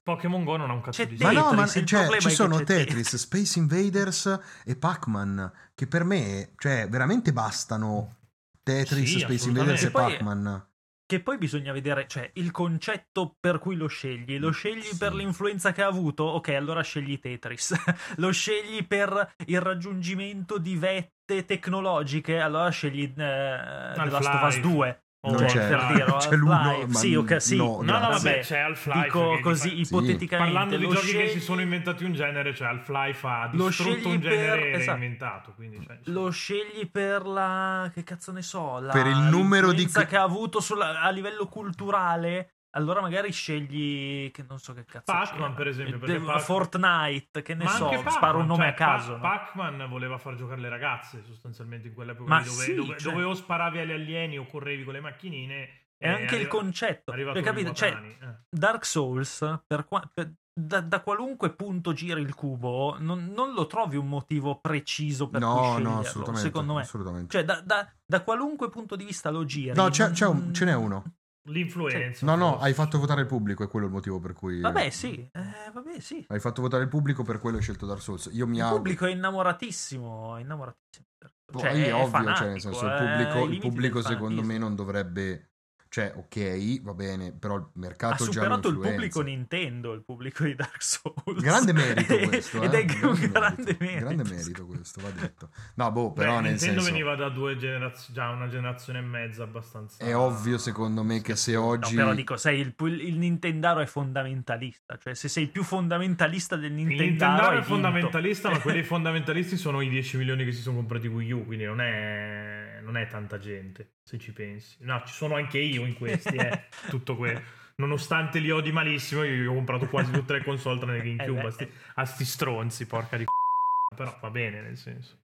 Pokémon Go non ha un cazzo C'è di te- Ma senso. no, ma Tetris, il cioè, problema ci è che sono c'è Tetris, Space Invaders e Pac-Man che per me, cioè, veramente bastano Tetris, Sì, Space assolutamente. Invaders e E poi- Pac-Man. Che poi bisogna vedere, cioè, il concetto per cui lo scegli. Lo scegli Mm, Sì. per l'influenza che ha avuto? Ok, allora scegli Tetris. [laughs] lo scegli per il raggiungimento di vette tecnologiche? Allora scegli eh, The Last of Us Half-Life. 2. Oh, Non cioè, c'è, per dire, [laughs] c'è Half-Life. l'uno, ma Sì, ok, sì. no, No, no, grazie. vabbè, c'è Half-Life. Dico che- così che- ipoteticamente. Parlando di lo giochi che scegli- si sono inventati un genere, cioè Half-Life ha Lo distrutto scegli un per- genere e esatto. reinventato. Quindi, cioè, Lo scegli per la. Che cazzo ne so? La... Per il numero di- l'influenza che ha avuto sulla- a livello culturale. Allora magari scegli. Che non so che cazzo. Pac-Man, c'era. per esempio, Eh, perché de- Pac- Fortnite, che ne Ma so. anche Pac-Man, sparo un nome cioè, a caso. Pa- Pac-Man voleva far giocare le ragazze sostanzialmente in quell'epoca Ma lì, dove, sì, dove- cioè. dove o sparavi agli alieni o correvi con le macchinine. È anche il arriva- concetto. è arrivato Hai capito? Rino Cioè, Tani, eh. Dark Souls, per qua- per- da, da qualunque punto giri il cubo, non, non lo trovi un motivo preciso per cui No, sceglierlo, no, assolutamente. secondo me. assolutamente. Cioè, da, da- da qualunque punto di vista lo giri. mm, No, c'è- non- c'è un- ce n'è uno. L'influenza. No, no, forse. hai fatto votare il pubblico, è quello il motivo per cui... Vabbè, sì, eh, vabbè, sì. Hai fatto votare il pubblico, per quello hai scelto Dark Souls. Io mi Il auguro... pubblico è innamoratissimo, è innamoratissimo. Poi Cioè, Boh, è, ovvio, fanatico, cioè, nel senso, il eh, pubblico, ai il limiti pubblico del secondo me fanatismo. non dovrebbe. Cioè, ok, va bene, però il Ha mercato già lo superato il influenza. pubblico Nintendo, il pubblico di Dark Souls. [laughs] Grande merito E- questo, Ed eh, è un grande merito. Grande merito questo, va detto. No, boh, Beh, però nel Nintendo senso veniva da due generazioni, già una generazione e mezza abbastanza. è ovvio secondo me che se oggi No, però dico, sai, il, il Nintendaro è fondamentalista. Cioè, se sei più fondamentalista del Il Nintendaro, Nintendo hai è vinto. fondamentalista, [laughs] ma quelli fondamentalisti sono i 10 milioni che si sono comprati Wii U, quindi non è, non è tanta gente, se ci pensi. No, ci sono anche io in questi, [laughs] eh, tutto quello. Nonostante li odi malissimo, io io ho comprato quasi tutte le console [laughs] tranne Eh GameCube, beh. a sti, a sti stronzi, porca di c***a. Però va bene, nel senso.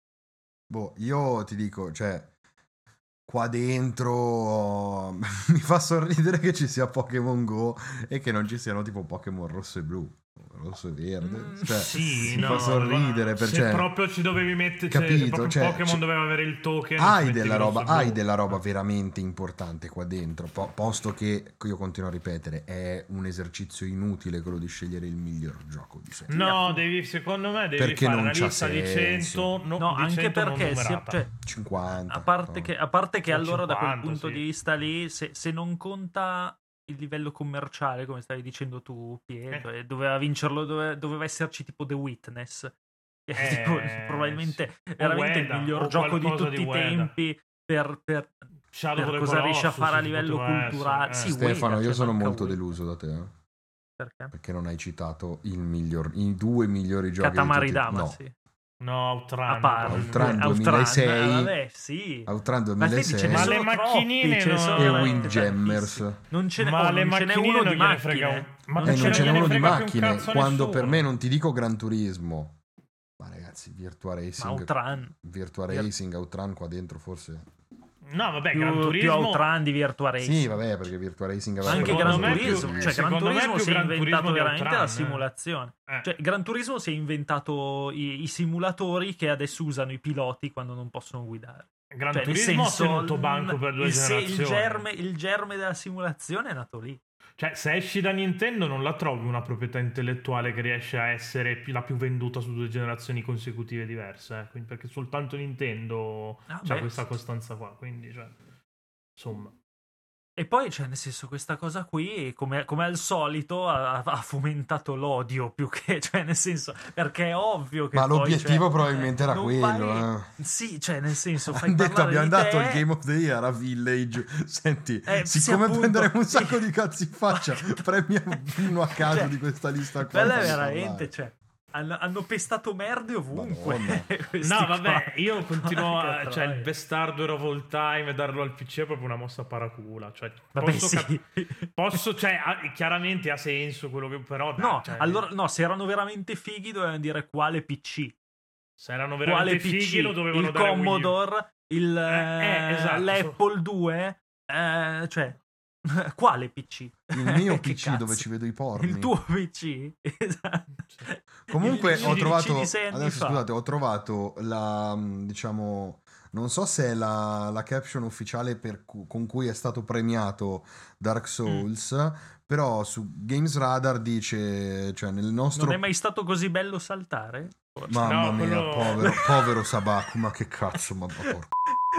boh, io ti dico, cioè qua dentro [laughs] mi fa sorridere che ci sia Pokémon Go e che non ci siano tipo Pokémon rosso e blu, rosso e verde, Mm, cioè Sì, mi no, fa sorridere Se perché proprio ci dovevi mettere... Capito, cioè, proprio cioè, Pokémon cioè- doveva avere il token... hai ci mettevi della roba, rosso e hai blu. della roba veramente importante qua dentro, po- posto che io continuo a ripetere, è un esercizio inutile quello di sgliere il miglior gioco di sempre. No, devi, secondo me devi Perché fare non una c'ha lista di senso. 100, no, No, di anche 100 non perché, se- numerata. cioè, 50. a parte no. che, a parte che O allora da quel 50, punto Cioè, sì. di vista lì, se, se non conta il livello commerciale, come stavi dicendo tu, Pietro, Eh. e doveva vincerlo, dove- doveva esserci tipo The Witness. [laughs] che è Eh, tipo, probabilmente sì. O veramente Ueda, il o miglior gioco di qualcosa tutti di i Ueda. tempi per, per- Shadow of per the cosa riesce a Colossus, fare a sì, livello poteva culturale. essere, Sì, eh. Ueda, Stefano, io cioè, sono manca molto Ueda. deluso da te, eh, Perché? perché non hai citato il miglior, i due migliori giochi Katamari di tutti. Dama, no, sì. Ah, No, Outrun. a parte. Outrun Outrun, 2006. eh, vabbè, sì. Outrun Ma te dice, 2006 Ma ne le sono macchinine troppi, ce ne no. sono e veramente Windjammers. tantissimi. Non ce n'è, Ma oh, le non ce n'è macchinine uno non di gliene frega un- macchine. ma Non E ce Eh, non ce n'è gliene uno di frega più un macchine, cazzo a quando nessuno. per me non ti dico Gran Turismo. Ma ragazzi, Virtua Ma Racing, Outrun. Virtua Vir- Racing, Outrun qua dentro forse. No, vabbè, Più, Eh, Gran più Turismo. Outrun di Virtua Racing. Sì, vabbè, perché Virtua Racing aveva Anche Secondo Gran me è più- Turismo, cioè Gran secondo me è Turismo più si è Gran Turismo inventato di veramente Outrun, la eh. simulazione. Eh, Cioè, Gran Turismo si è inventato i, i simulatori che adesso usano i piloti quando non possono guidare. Gran Cioè, nel Turismo ha senso, tenuto banco per due il, se- generazioni. il germe, il germe della simulazione è nato lì. Cioè, se esci da Nintendo non la trovi una proprietà intellettuale che riesce a essere pi- la più venduta su due generazioni consecutive diverse. eh. Quindi- perché soltanto Nintendo Ah, ha beh. questa costanza qua. Quindi, cioè, insomma. E poi, cioè, nel senso, questa cosa qui, come, come al solito, ha, ha fomentato l'odio più che, [laughs] cioè, nel senso, perché è ovvio che. Ma poi, l'obiettivo cioè, probabilmente era non quello, eh. fai- Sì, cioè, nel senso, fai Hanno detto parlare abbiamo di dato te- il Game of the Year a Village. Senti, Eh, sì, siccome appunto, [laughs] prenderemo un sì. sacco di cazzi in faccia, premiamo uno a caso Cioè, di questa lista qua. Quella è fammi veramente, parlare. cioè, hanno, hanno pestato merde ovunque. Madonna. [laughs] questi No, qua. vabbè, [laughs] io continuo a. Porca Cioè, il troia. bestardo era all time e darlo al PC è proprio una mossa paracula. Cioè, Vabbè, posso, sì. cap- posso- cioè, ha- chiaramente ha senso quello che. Però. dai, No, cioè, allora, no, se erano veramente fighi dovevano dire quale PC. Se erano Quale veramente PC? fighi, lo dovevano il dare a Wii U. Commodore, il, Eh, eh, esatto, l'Apple 2, eh, cioè, [laughs] quale PC? Il mio cioè, [laughs] Che PC cazzo? dove ci vedo i porni. Il tuo PC? [laughs] Esatto. Sì. Comunque Il ho di- trovato di sei anni adesso fa. scusate, ho trovato la mh, diciamo non so se è la, la caption ufficiale per cu- con cui è stato premiato Mm. Dark Souls, però su Games Radar dice cioè nel nostro Non è mai stato così bello saltare? Mamma No, mia, quello- povero, povero Sabaku, ma che cazzo, ma ma porco.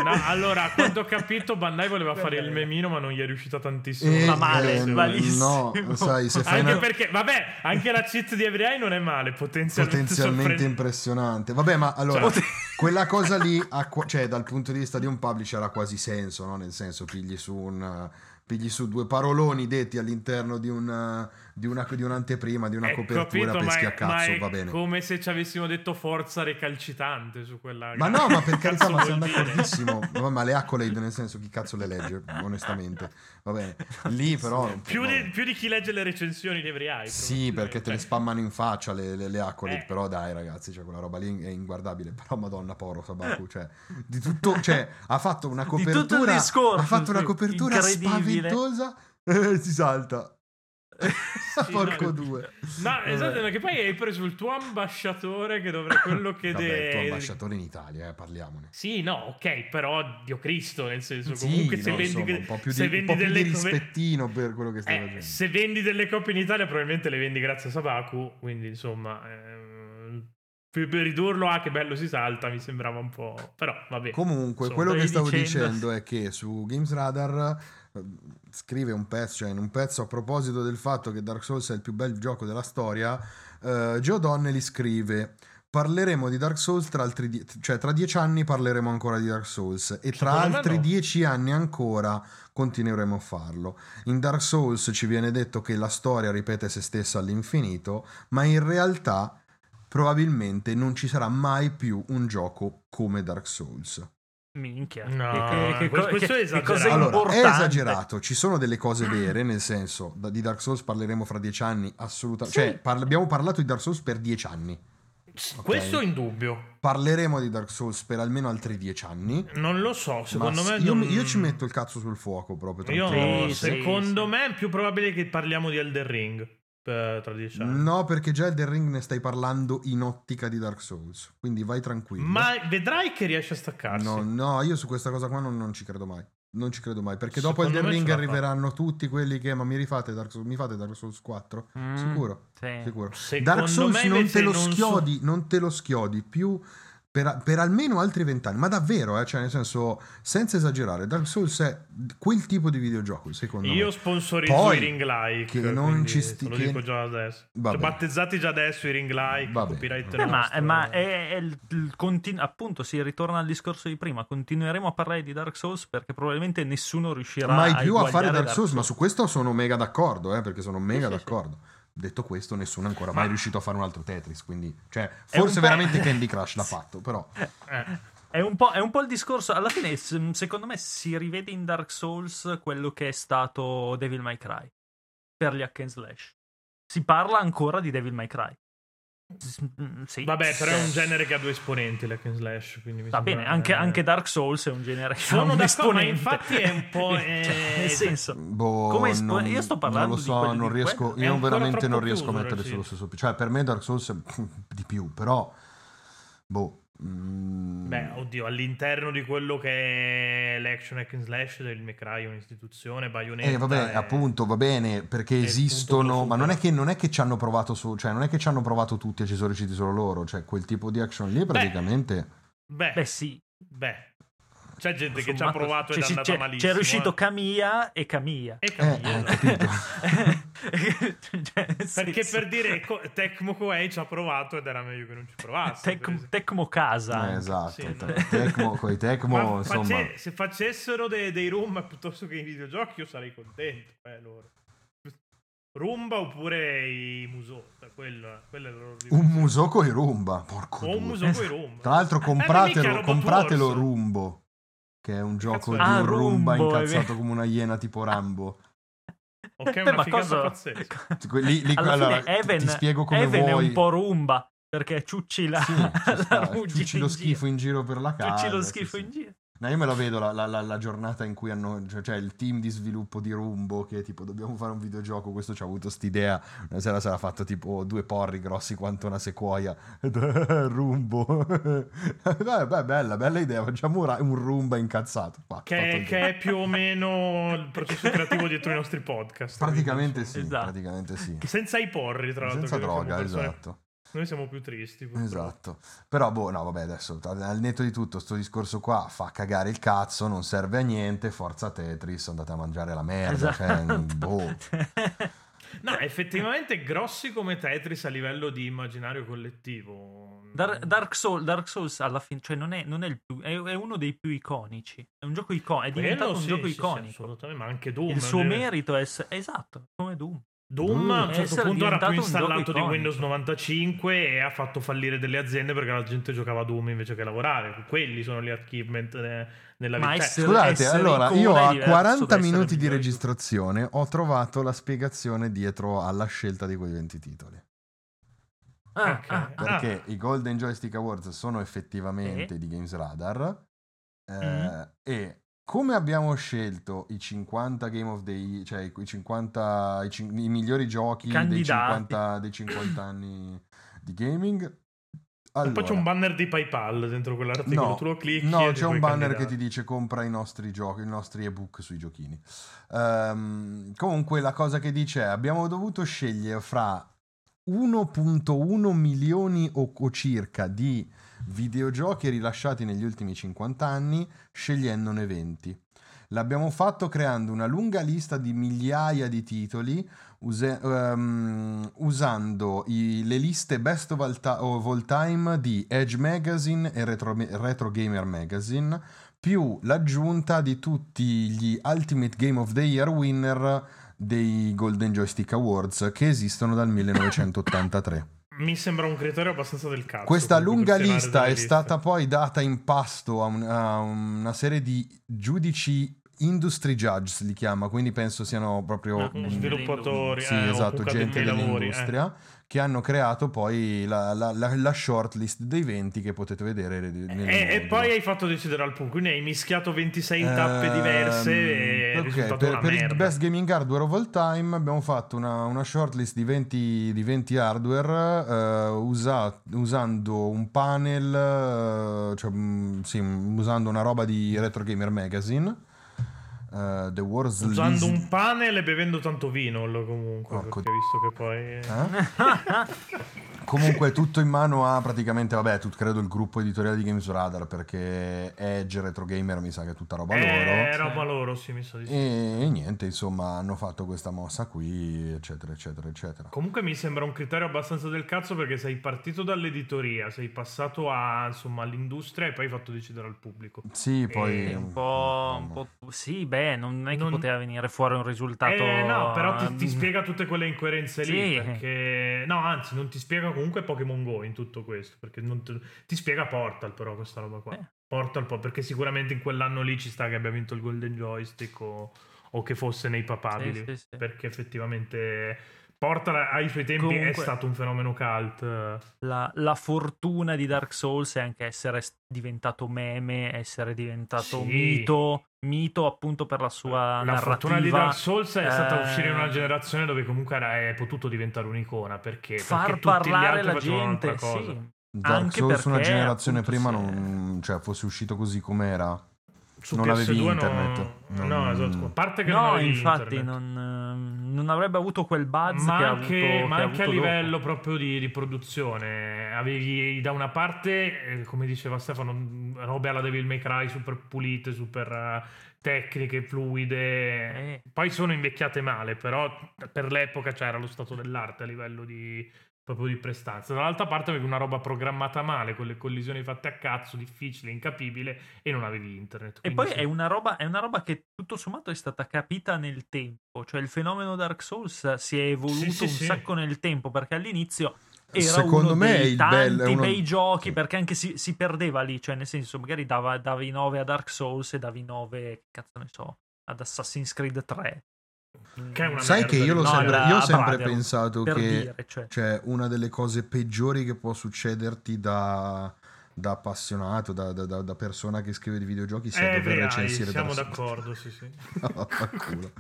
No, allora, a quanto ho capito, [laughs] Bandai voleva Vabbè. fare il memino, ma non gli è riuscita tantissimo. Ma male, ehm, malissimo. No, sai, se fai Anche una... perché, vabbè, anche la cheat di Every non è male, potenzialmente, potenzialmente sorprendente. impressionante. Vabbè, ma allora, Cioè- quella cosa lì, ha qua- cioè, dal punto di vista di un publisher ha quasi senso, no? Nel senso, pigli su un... Pigli su due paroloni detti all'interno di, un, di, una, di un'anteprima, di una Eh, copertura, capito, ma peschi è- a cazzo, ma è va bene. come se ci avessimo detto forza recalcitante su quella. Ma no, ma per Cazzo carità, ma vuol siamo dire? d'accordissimo. Ma, ma le accolade, nel senso, chi cazzo le legge, onestamente. Va bene. Lì però... boh. Più vabbè. di, più di chi legge le recensioni di Every Eye. Sì, perché te le spammano in faccia le, le, le accolade, cioè Eh. però dai ragazzi, cioè quella roba lì è inguardabile, [laughs] però madonna poro [laughs] Sabaku, cioè, di tutto, cioè, ha fatto una Di tutto il copertura, discorso, ha fatto una sì, copertura incredibile. spaventosa [laughs] e si salta. [laughs] [laughs] Porco no. due. No, esatto, Vabbè. perché poi hai preso il tuo ambasciatore che dovrebbe quello che Vabbè, de- tuo ambasciatore in Italia, eh, parliamone. Sì, no, ok, però Dio Cristo, nel senso, Sì, comunque se no, vendi, insomma, un po' più di, se un vendi po' più di delle rispettino per quello che stai Eh, facendo. se vendi delle copie in Italia, probabilmente le vendi grazie a Sabaku. Quindi, insomma, ehm, per per ridurlo a che bello si salta, mi sembrava un po'. Però, vabbè. Comunque, Insomma, quello che stavi stavo dicendo- dicendo è che su Games Radar eh, scrive un pezzo, cioè in un pezzo a proposito del fatto che Dark Souls è il più bel gioco della storia, eh, Joe Donnelly scrive parleremo di Dark Souls tra altri die- cioè tra dieci anni parleremo ancora di Dark Souls e tra Secondo me altri no. dieci anni ancora continueremo a farlo. In Dark Souls ci viene detto che la storia ripete se stessa all'infinito, ma in realtà probabilmente non ci sarà mai più un gioco come Dark Souls. Minchia. No, che, che, che, questo- che, questo è che cosa esagerato. Allora, è importante. esagerato, ci sono delle cose vere, nel senso, da- di Dark Souls parleremo fra dieci anni, assolutamente. Cioè, parla- abbiamo parlato di Dark Souls per dieci anni. s- Questo in dubbio. Parleremo di Dark Souls per almeno altri dieci anni. Non lo so. Secondo ma me. io, non- io ci metto il cazzo sul fuoco proprio. tra Io- l'altro. Sì, secondo sì, me è più probabile che parliamo di Elden Ring. eh, tra dieci anni. No, perché già del ring ne stai parlando in ottica di Dark Souls. Quindi vai tranquillo. Ma vedrai che riesce a staccarsi. No, no, io su questa cosa qua non, non ci credo mai. Non ci credo mai. Perché dopo Secondo il me ce Ring la fa. arriveranno tutti quelli che. Ma mi rifate Dark Souls, mi fate Dark Souls 4? Mm, Sicuro. Eh. sì. Sicuro. Secondo Dark Souls me non invece te lo non so- schiodi, non te lo schiodi più per, per almeno altri vent'anni. Ma davvero, eh? cioè, nel senso, senza esagerare, Dark Souls è quel tipo di videogioco, secondo Io me. sponsorizzo Poi, i ring like. che non quindi ci sti- te Lo che- dico già adesso. Vabbè. Cioè, battezzati già adesso i ring like. Vabbè. Copyright Eh, ma, nostro. eh, ma è, è il, il continu- appunto si ritorna al discorso di prima. Continueremo a parlare di Dark Souls perché probabilmente nessuno riuscirà Mai più a eguagliare fare Dark Souls, ma su questo sono mega d'accordo, eh, perché sono mega sì, sì. d'accordo. Detto questo, nessuno è ancora Ma- mai riuscito a fare un altro Tetris, quindi cioè, È un forse po'- veramente Candy Crush l'ha fatto, però Eh, È un, po', è un po' il discorso, alla fine s- secondo me si rivede in Dark Souls quello che è stato Devil May Cry per gli hack and slash. Si parla ancora di Devil May Cry. S- mm, sì. Vabbè, però è un Sì. genere che ha due esponenti, l'hack and slash. quindi mi Va sembra- eh, bene, anche, anche Dark Souls è un genere che Sono ha un d'accordo, esponente. ma infatti è un [laughs] po', eh, Cioè, nel senso, boh, Come espo- non- io sto parlando non lo di so, quelli non di riesco, quello. È io ancora veramente non troppo riesco a chiuso, metterli sì. sullo stesso cioè per me Dark Souls è [laughs] di più, però boh. mm, Beh, oddio, all'interno di quello che è l'action hack and slash del Mecrai è un'istituzione, Bayonetta. Eh, vabbè, è- appunto, va bene, perché il punto esistono, dove ma non è, supera. che, non è che ci hanno provato su, cioè non è che ci hanno provato tutti e ci sono riusciti solo loro, cioè quel tipo di action lì praticamente... Beh, beh sì. beh. c'è gente che ci ha sommato- provato cioè, ed è sì, andata c'è- malissimo. C'è riuscito eh. Camilla e Camilla. E Eh, Camilla. eh, capito. [laughs] Cioè, nel Perché senso- per dire co- Tecmo Koei ci ha provato ed era meglio che non ci provasse. per Tecmo, esempio. Tecmo Casa. Eh, esatto, sì, te- no. Tecmo, con i [laughs] Tecmo, Ma face- insomma... se facessero de- dei room piuttosto che i videogiochi, io sarei contento. Eh, loro. Rumba oppure i Musò. cioè, Quello, quello è il loro Un musò coi rumba, porco O un due. Musò con i Rumba. Tra l'altro mica compratelo, Eh, roba compratelo d'orso. Rumbo, che è un gioco cazzo di è? Ah, un rumba Rumbo, è incazzato vero. come una iena tipo Rambo. [laughs] Ok, Beh, una ma figata cosa- pazzesca. Lì- lì- Alla allora, ti- fine Even, ti spiego come Even vuoi. è un po' rumba perché [laughs] ciucci la, Sì, la ci sta, ruggine ciucci lo in schifo in giro per la giro. casa. Ciucci lo sì, schifo sì. in giro. No, io me la vedo la, la- la- la giornata in cui hanno, cioè, cioè, il team di sviluppo di Rumbo che tipo dobbiamo fare un videogioco, questo ci ha avuto st'idea, una sera sarà fatto tipo due porri grossi quanto una sequoia, [laughs] Rumbo, [laughs] beh, beh, bella, bella idea, facciamo un, ra- un Rumba incazzato. Qua, fatto Che, il che è più o meno il processo creativo dietro i nostri podcast. Praticamente quindi, sì, Esatto. praticamente sì. insomma. Senza i porri, tra l'altro. Senza che noi siamo droga, persone- esatto. Noi siamo più tristi. purtroppo. Esatto. Però boh, no, vabbè, adesso al al netto di tutto sto discorso qua fa cagare il cazzo, non serve a niente, forza Tetris, andate a mangiare la merda, cioè, Esatto. [laughs] boh. No, effettivamente grossi come Tetris a livello di immaginario collettivo. Dar- Dark, Soul- Dark Souls alla fine cioè non è, non è il più, è, è uno dei più iconici. È un gioco iconico, è Quello diventato un sì, gioco sì, sì, iconico. assolutamente, ma anche Doom. il suo cioè, merito è ess- esatto, come Doom. Mm. Doom a un certo essere punto era più Eh, diventato un gioco installato di iconico. Windows 95 e ha fatto fallire delle aziende perché la gente giocava a Doom invece che lavorare. Quelli sono gli achievement eh, nella Ma vita. essere- Scusate, essere allora icona io è a diverso 40 da essere minuti di migliore di- registrazione ho trovato la spiegazione dietro alla scelta di quei 20 titoli. Ah, Ok. ah, ah. Perché i Golden Joystick Awards sono effettivamente di Games Radar Mm-hmm. eh, e come abbiamo scelto i 50 Game of the Year, cioè i 50 i, cin- i migliori giochi dei Candidati. 50, dei 50 anni di gaming? E Cioè, Poi c'è un Allora, banner di PayPal dentro quell'articolo. No, tu lo clicchi. No, e ti c'è un puoi banner candidare. che ti dice compra i nostri giochi, i nostri ebook sui giochini. Ehm, comunque la cosa che dice è abbiamo dovuto scegliere fra 1.1 milioni o, o circa di videogiochi rilasciati negli ultimi 50 anni, scegliendone 20. L'abbiamo fatto creando una lunga lista di migliaia di titoli use- ehm, usando i- le liste best of all, ti- of all time di Edge Magazine e Retro, Retro Gamer Magazine, più l'aggiunta di tutti gli Ultimate Game of the Year winner dei Golden Joystick Awards che esistono dal [coughs] 1983. Mi sembra un criterio abbastanza del cazzo. Questa comunque, lunga selezionare lista delle è liste. stata poi data in pasto a, un- a una serie di giudici industry judge li chiama, quindi penso siano proprio Mm, mm, sviluppatori, sì, eh, o esatto, comunque addetti gente ai lavori, eh. dell'industria che hanno creato poi la, la, la, la shortlist dei 20 che potete vedere nel E, eh. e modulo. poi hai fatto decidere al punto, quindi hai mischiato 26 tappe Ehm, diverse e è ok, risultato per, una per il merda. Best Gaming Hardware of All Time abbiamo fatto una, una shortlist di 20, di 20 hardware eh, usa- usando un panel, eh, cioè, mm, sì, mm, usando una roba di Retro Gamer Magazine. eh, The World's Usando Least- un pane e bevendo tanto vino lo- comunque, Porco perché visto che poi... Eh? [laughs] Comunque è tutto in mano a praticamente, vabbè, tut- credo il gruppo editoriale di Games Radar perché Edge, Retro Gamer, mi sa che è tutta roba Eh, loro. Eh. roba loro, sì, mi sa di sì. E niente, insomma, hanno fatto questa mossa qui, eccetera, eccetera, eccetera. Comunque mi sembra un criterio abbastanza del cazzo perché sei partito dall'editoria, sei passato a, insomma, all'industria e poi hai fatto decidere al pubblico. Sì, poi... Eh, un po', un po'- Sì, beh, non è che Non- poteva venire fuori un risultato. Eh, no, però ti, ti eh, spiega tutte quelle incoerenze lì. Sì. Perché... No, anzi, non ti spiega comunque Pokémon Go in tutto questo. Perché non te- ti spiega Portal, però, questa roba qua. Eh. Portal, po- perché sicuramente in quell'anno lì ci sta che abbia vinto il Golden Joystick o, o che fosse nei papabili. Sì, sì, sì. Perché effettivamente Portal ai suoi tempi è Comunque- stato un fenomeno cult. La, la fortuna di Dark Souls è anche essere s- diventato meme, essere diventato Sì. mito, mito appunto per la sua la narrativa. fortuna di Dark Souls è stata eh, uscire in una generazione dove comunque era, è potuto diventare un'icona perché, perché far tutti gli parlare altri la facevano un'altra gente, cosa. sì. Dark anche Souls una perché, generazione appunto, prima se- non... cioè fosse uscito così com'era. Su Non avevi PS2 internet. No, Non- no, esatto. A parte che non No, avevi infatti internet. non, ehm, non avrebbe avuto quel buzz ma che ha anche, avuto, ma che ha anche a avuto livello dopo. proprio di, di produzione avevi da una parte eh, come diceva Stefano mh, robe alla Devil May Cry super pulite super eh, tecniche fluide Eh. poi sono invecchiate male però per l'epoca c'era lo stato dell'arte a livello di proprio di prestanza dall'altra parte avevi una roba programmata male con le collisioni fatte a cazzo difficile incapibile e non avevi internet E quindi poi sì. è, una roba, è una roba che tutto sommato è stata capita nel tempo, cioè il fenomeno Dark Souls si è evoluto sì, un sì. sacco nel tempo perché all'inizio era Secondo uno me è dei il tanti bello- è uno- bei giochi sì. perché anche si, si perdeva lì, cioè nel senso magari dava- davi 9 a Dark Souls e davi 9, che cazzo ne so, ad Assassin's Creed 3. Che è una Sai merda che io, di- l'ho No, sempre, alla- io ho a sempre Brotherhood, pensato per che dire, cioè. cioè, una delle cose peggiori che può succederti da, da appassionato, da, da- da- da persona che scrive di videogiochi, sia eh, dover vedrai, recensire siamo Dark d'accordo sì [laughs] sì Souls. Fa culo.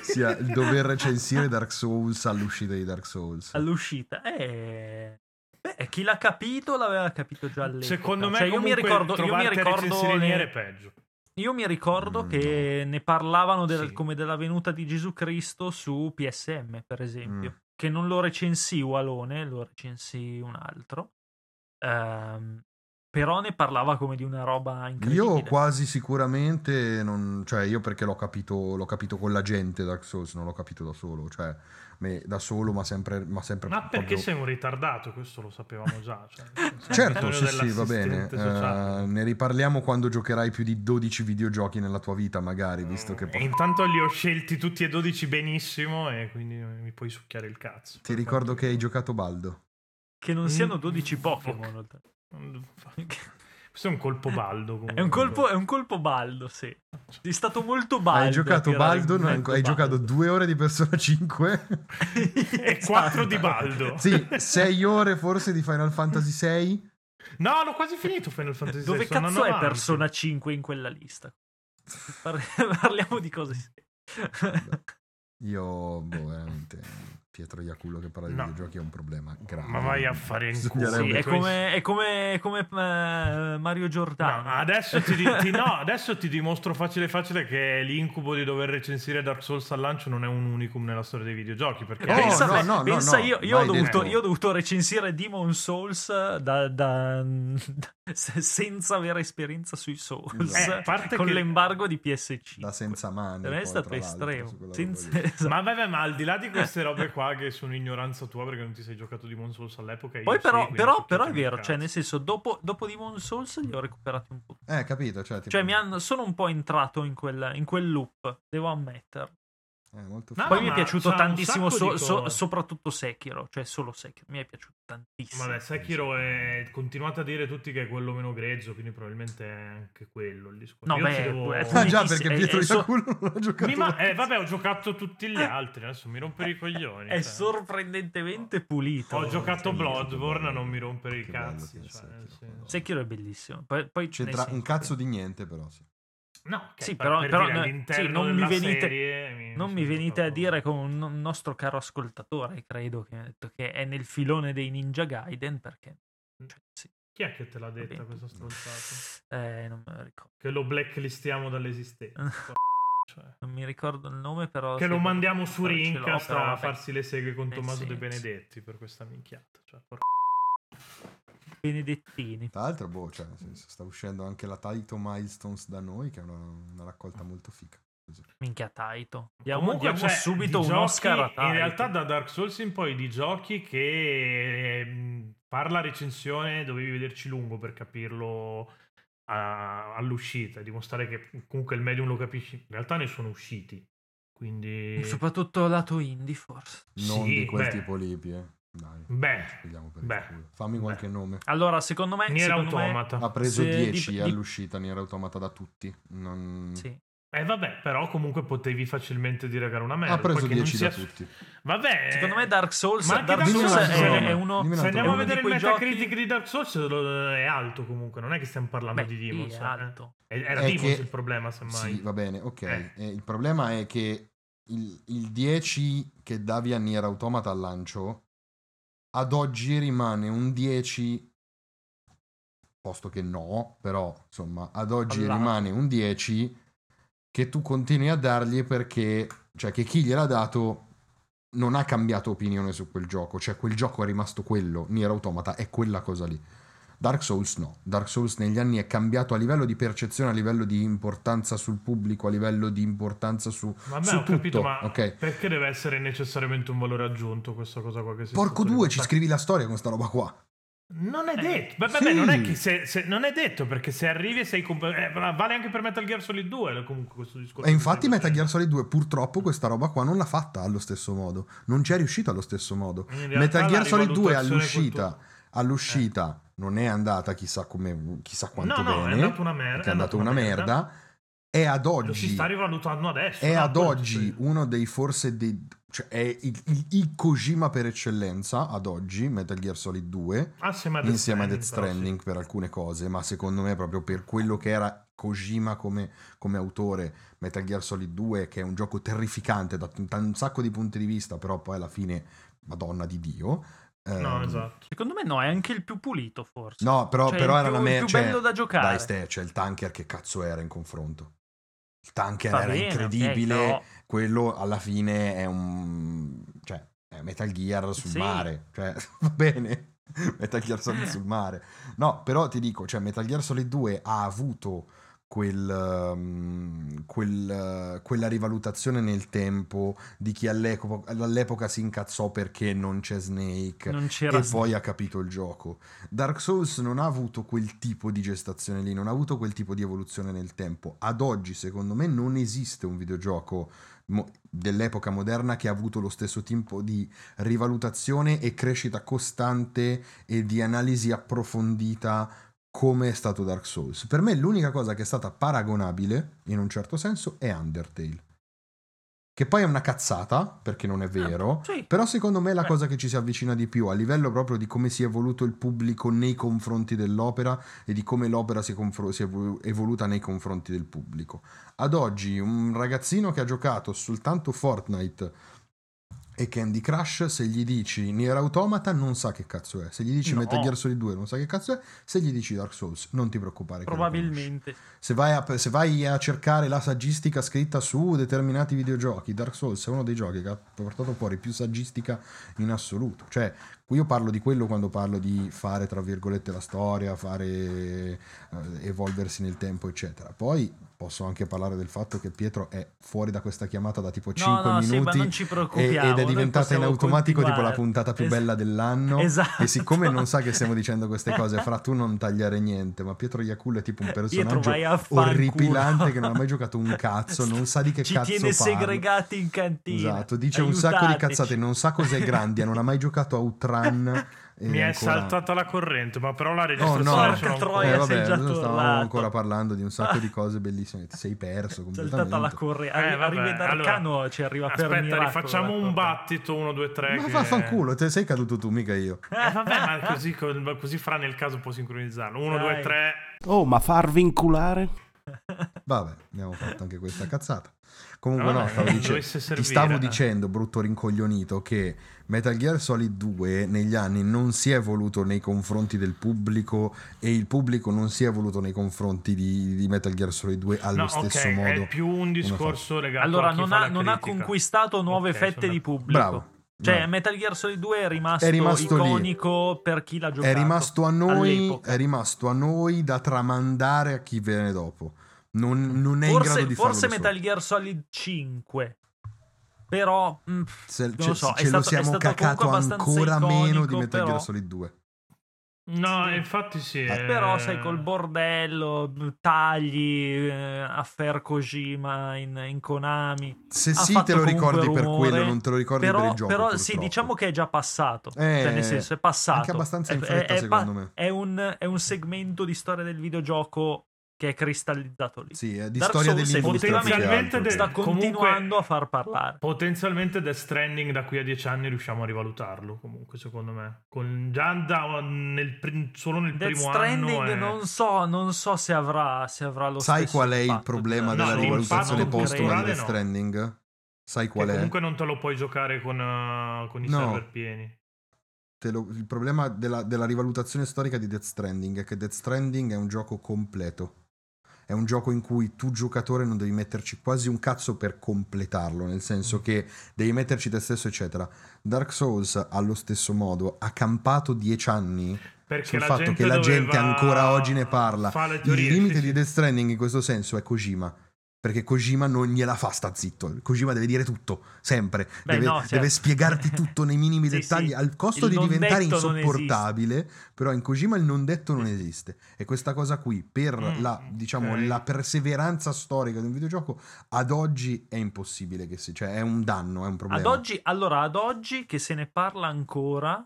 sia il dover recensire Dark Souls all'uscita di Dark Souls. all'uscita. Eh, beh, chi l'ha capito l'aveva capito già all'epoca. Secondo me, Cioè, io mi comunque, ricordo, io mi trovarti a recensire ricordo, in ne- nero è peggio. io mi ricordo Mm, che ne parlavano del- Sì. come della venuta di Gesù Cristo su PSM, per esempio. Mm. Che non lo recensì Walone, lo recensì un altro. Ehm, però ne parlava come di una roba incredibile. Io quasi sicuramente, non, cioè io perché l'ho capito, l'ho capito con la gente Dark Souls, non l'ho capito da solo, cioè me- da solo ma sempre... Ma, sempre Ma perché proprio- sei un ritardato? Questo lo sapevamo già. cioè, nel senso, [laughs] Certo, il sì, fenomeno sì, va bene. dell'assistente sociale. Eh, ne riparliamo quando giocherai più di 12 videogiochi nella tua vita, magari, visto che E poi- intanto li ho scelti tutti e 12 benissimo e quindi mi puoi succhiare il cazzo. Ti ricordo che hai giocato Baldo. Che non siano 12 Mm, Pokémon. oltre- [laughs] Questo è un colpo baldo. comunque. È un, colpo, è un colpo baldo, sì. È stato molto baldo. Cioè, hai giocato a tirare Baldo, in non- hai mezzo giocato Esatto. Baldo. due ore di [laughs] Persona 5, [laughs] E 4 di baldo. sì, sei ore forse di Final Fantasy 6. No, l'ho quasi finito Final Fantasy Dove VI, sono cazzo è avanti. Persona 5 in quella lista? Par- [laughs] Parliamo di cose serie. Io, boh, veramente, Pietro Iacullo che parla di No. videogiochi è un problema grave. Ma vai a fare in culo. Sì, Bisognerebbe- è come, è come- è come, eh, Mario Giordano. No, adesso ti, [laughs] Eh, di- ti- no, adesso ti dimostro facile facile che l'incubo di dover recensire Dark Souls al lancio non è un unicum nella storia dei videogiochi. Perché eh, Oh, Eh, pensa a no, me- no, no, pensa no, io, io ho vai dovuto, dentro. io ho dovuto recensire Demon Souls da, da- [laughs] se- senza avere esperienza sui Souls Eh, a parte con che- l'embargo di PSC. Da senza mani. Per me è poi, stato tra l'altro, su estremo. quella Senza- roba lì. esatto. Ma, vabbè, ma al di là di Eh. queste robe qua che sono ignoranza tua perché non ti sei giocato di Mon Souls all'epoca. io Poi sì, però, quindi però, so però è tutti che vero, cazzo. cioè nel senso dopo, dopo Demon Souls li ho recuperati un po' Eh, capito, cioè... tipo- Cioè, mi hanno- sono un po' entrato in quel, in quel loop, devo ammetterlo. Eh, molto No, no, Poi figo. mi è Ah, ma piaciuto c'ha un tantissimo, sacco so- di so- cose. soprattutto Sekiro, cioè solo Sekiro. Mi è piaciuto tantissimo. Vabbè, Sekiro è... continuate a dire tutti che è quello meno grezzo, quindi probabilmente è anche quello il discorso. No, Io beh, ci devo- è Ah, già, Sì, sì, perché è- Pietro è so- Iacullo [laughs] non ha giocato. Mi ma- eh, vabbè, ho giocato tutti gli altri, adesso mi rompere i coglioni. Eh, È cioè. sorprendentemente pulito. Ho giocato Sì, Bloodborne, bello. non mi rompere i Che bello cazzi. che è cioè, Sekiro, nel senso- madonna. Sekiro è bellissimo. Poi, poi nel C'entra un senso- cazzo di niente, però. Sì. No, ok, Sì, per- però- per però dire, no- all'interno sì, non mi della venite- serie mi- Non mi sono venite a trovato- dire con un un nostro caro ascoltatore, credo, che, mi ha detto che è nel filone dei Ninja Gaiden, perché... Mm. cioè, sì, Chi è che te l'ha detta Vabbè. questa stronzata? eh, non me lo ricordo. Che lo blacklistiamo [laughs] dall'esistenza. Cioè, Non mi ricordo il nome, però... Che sì, lo mandiamo su ce l'ho, Rincast però a vabbè. Eh farsi le seghe con Nel Tommaso De senso. Benedetti per questa minchiata. Cioè, porca Benedettini. Tra l'altro, boh, cioè, nel senso, sta uscendo anche la Taito Milestones da noi, che è una, una raccolta molto fica. Minchia Taito. Diamo, diamo subito un Oscar a Taito. cioè, In realtà da Dark Souls in poi di giochi che ehm, parla recensione dovevi vederci lungo per capirlo a- all'uscita, e dimostrare che comunque il medium lo capisci. In realtà ne sono usciti. Quindi... Soprattutto lato indie, forse. Non Sì, di quel beh. tipo lì, eh. Dai, Beh, spieghiamo per beh, il culo. Fammi qualche nome. Allora, secondo me... Nier secondo me- Automata. Ha preso Se- 10 dip- dip- all'uscita, Nier Automata da tutti. Non... sì. Eh vabbè, però comunque potevi facilmente dire che era una merda. Ha preso poi che non 10 si da ass- tutti. Vabbè. Secondo me Dark Souls, Eh. Ma anche Dark Dark Souls Souls è, no. è uno... Dimmi Se andiamo a uno di vedere il quei giochi- Metacritic di Dark Souls lo- è alto comunque, non è che stiamo parlando Beh, di Demons. sì, è eh. alto. Eh, Era È Demons che- il problema, semmai. Sì, va bene, ok. Eh. Eh, il problema è che il, il 10 che davi a Nier Automata al lancio, ad oggi rimane un 10, posto che no, però insomma, ad oggi Allora. rimane un 10 che tu continui a dargli perché, cioè che chi gliel'ha dato non ha cambiato opinione su quel gioco, cioè quel gioco è rimasto quello, Nier Automata è quella cosa lì. Dark Souls no, Dark Souls negli anni è cambiato a livello di percezione, a livello di importanza sul pubblico, a livello di importanza su... Vabbè, su ho capito, tutto, ma ok. perché deve essere necessariamente un valore aggiunto questa cosa qua che si sta Porco due, ci raccontando? scrivi la storia con sta roba qua. Non è Eh, detto, Beh, sì. vabbè, non, è che se, se- non è detto perché se arrivi e sei. comp- eh, ma vale anche per Metal Gear Solid 2 comunque questo discorso. E infatti che stai Metal Gear facendo. Solid 2 purtroppo questa roba qua non l'ha fatta allo stesso modo, non ci è riuscito allo stesso modo. In realtà Metal la Gear Solid 2 rivalutazione all'uscita, culturale- all'uscita non è andata chissà, come, chissà quanto Eh. No, no, è bene, andata una merda. perché è andata una merda, e ad Lo si oggi sta rivalutando adesso. è no? ad Quello oggi ci- uno dei forse dei, cioè è il, il- il Kojima per eccellenza ad oggi Metal Gear Solid 2 Ah, insieme a Death insieme a Death però, sì. Stranding per alcune cose ma secondo me proprio per quello che era Kojima come, come autore Metal Gear Solid 2 che è un gioco terrificante da, da un sacco di punti di vista però poi alla fine madonna di Dio No, ehm, esatto. Secondo me no, è anche il più pulito, forse. no, però, Cioè, però il era più- una il me- più cioè, bello da giocare. Dai, Ste, cioè, il tanker che cazzo era in confronto? Il tanker Va era bene, ok, incredibile. però- Quello alla fine è un. cioè, è Metal Gear sul Sì. mare. Cioè, [laughs] va bene. Metal Gear Solid sul mare. No, però ti dico, cioè, Metal Gear Solid 2 ha avuto quel, ehm, quel, eh, quella rivalutazione nel tempo di chi all'epo- all'epoca si incazzò perché non c'è Snake non c'era... e poi ha capito il gioco. Dark Souls non ha avuto quel tipo di gestazione lì, non ha avuto quel tipo di evoluzione nel tempo. Ad oggi, secondo me, non esiste un videogioco mo- dell'epoca moderna che ha avuto lo stesso tipo di rivalutazione e crescita costante e di analisi approfondita come è stato Dark Souls. Per me l'unica cosa che è stata paragonabile, in un certo senso, è Undertale. Che poi è una cazzata, perché non è vero, Ah, Sì. però secondo me è la Eh. cosa che ci si avvicina di più a livello proprio di come si è evoluto il pubblico nei confronti dell'opera e di come l'opera si è, confro- si è evolu- evoluta nei confronti del pubblico. Ad oggi un ragazzino che ha giocato soltanto Fortnite e Candy Crush, se gli dici Nier Automata non sa che cazzo è, se gli dici No. Metal Gear Solid 2 non sa che cazzo è, se gli dici Dark Souls non ti preoccupare. che lo [laughs] conosci. [laughs] Probabilmente. Se vai, a, se vai a cercare la saggistica scritta su determinati videogiochi, Dark Souls è uno dei giochi che ha portato fuori più saggistica in assoluto. Cioè, io parlo di quello quando parlo di fare, tra virgolette, la storia, fare eh, evolversi nel tempo, eccetera. Poi posso anche parlare del fatto che Pietro è fuori da questa chiamata da tipo 5 no, no, sì, ma minuti non ci e- preoccupiamo. ed è noi diventata in possiamo automatico tipo la continuare. puntata più Es- bella dell'anno. [laughs] Esatto. E siccome non sa che stiamo dicendo queste cose, fra tu non tagliare niente, ma Pietro Iacullo è tipo un Pietro, personaggio vai a fanculo. orripilante che [laughs] non ha mai giocato un cazzo, non sa di che Ci cazzo tiene parla. segregati in cantina. Esatto, dice un sacco di Aiutateci. cazzate, non sa cos'è Grandia, non ha mai giocato a [laughs] Outrun. e Mi è ancora- saltata la corrente, ma però la Oh registrazione no, Porca ce l'ho ancora. troia, eh, vabbè, sei già stavamo tornato. ancora parlando di un [laughs] sacco di cose bellissime, ti sei perso completamente. Saltata la corrente. Eh, vabbè, Arriva in arcano, allora, ci arriva per Aspetta, miracolo. ecco, rifacciamo la un corrente. battito 1, 2, 3. Ma che... vaffanculo, te sei caduto tu, mica io. Eh, vabbè, ma così, così Fra nel caso può sincronizzarlo. 1, Dai. 2, 3. Oh, ma farvi inculare? Vabbè, abbiamo fatto anche questa cazzata. Comunque, Vabbè, no, stavo dicendo, dovesse ti servire. stavo dicendo, brutto rincoglionito, che Metal Gear Solid 2 negli anni non si è evoluto nei confronti del pubblico e il pubblico non si è evoluto nei confronti di, di Metal Gear Solid 2 allo No, stesso ok, modo. è più un discorso legato Allora, a chi non fa ha, la non ha critica. conquistato nuove Ok, fette sono di d'accordo. pubblico. Bravo, Cioè, No. Metal Gear Solid 2 è rimasto, È rimasto lì. iconico per chi l'ha è giocato. rimasto a noi, all'epoca. è rimasto a noi da tramandare a chi viene dopo. Non, non è in grado Forse, di forse farlo. da Metal Gear Solid 5. Però mm, solo. Se, lo ce- so, è ce lo stato- è siamo stato cacato comunque abbastanza ancora meno di iconico, Metal però- Gear Solid 2. No, Sì. infatti sì. eh. Però sai, col bordello, b- tagli, eh, affair Kojima in, in Konami. Se Ha sì, te fatto lo comunque ricordi per rumore, quello, non te lo ricordi per Però, il gioco. però sì, purtroppo. diciamo che è già passato. Eh, cioè, nel senso, è passato. anche abbastanza in È- fretta, è- è secondo pa- me. È un, è un segmento di storia del videogioco che è cristallizzato lì. Sì, è di Dark storia Souls è dell'industria. più che potenzialmente altro, del- sì. Sta continuando comunque- a far parlare. Potenzialmente Death Stranding da qui a dieci anni riusciamo a rivalutarlo comunque secondo me. Con già da- nel pri- solo nel Death primo Stranding anno è- non so, non so se avrà, se avrà lo Sai stesso qual è il impatto problema No, della l'impatto rivalutazione culturale postuma di Death no. Stranding? Sai che qual è? comunque non te lo puoi giocare con, eh, con i No. server pieni. Te lo- il problema della, della rivalutazione storica di Death Stranding è che Death Stranding è un gioco completo. È un gioco in cui tu giocatore non devi metterci quasi un cazzo per completarlo, nel senso che devi metterci te stesso, eccetera. Dark Souls, allo stesso modo, ha campato 10 anni Perché sul la fatto gente che la gente doveva- ancora oggi ne parla. fa le Il teorie, limite sì, di sì. Death Stranding in questo senso è Kojima. Perché Kojima non gliela fa sta zitto. Kojima deve dire tutto, sempre. Beh, deve, no, certo. deve [laughs] spiegarti tutto nei minimi Sì, dettagli, sì. al costo Il di non diventare detto non insopportabile. Però in Kojima il non detto non esiste. E questa cosa qui, per Mm, la, diciamo, ok. la perseveranza storica di un videogioco, ad oggi è impossibile che si... Cioè, è un danno, è un problema. Ad oggi, allora, ad oggi che se ne parla ancora,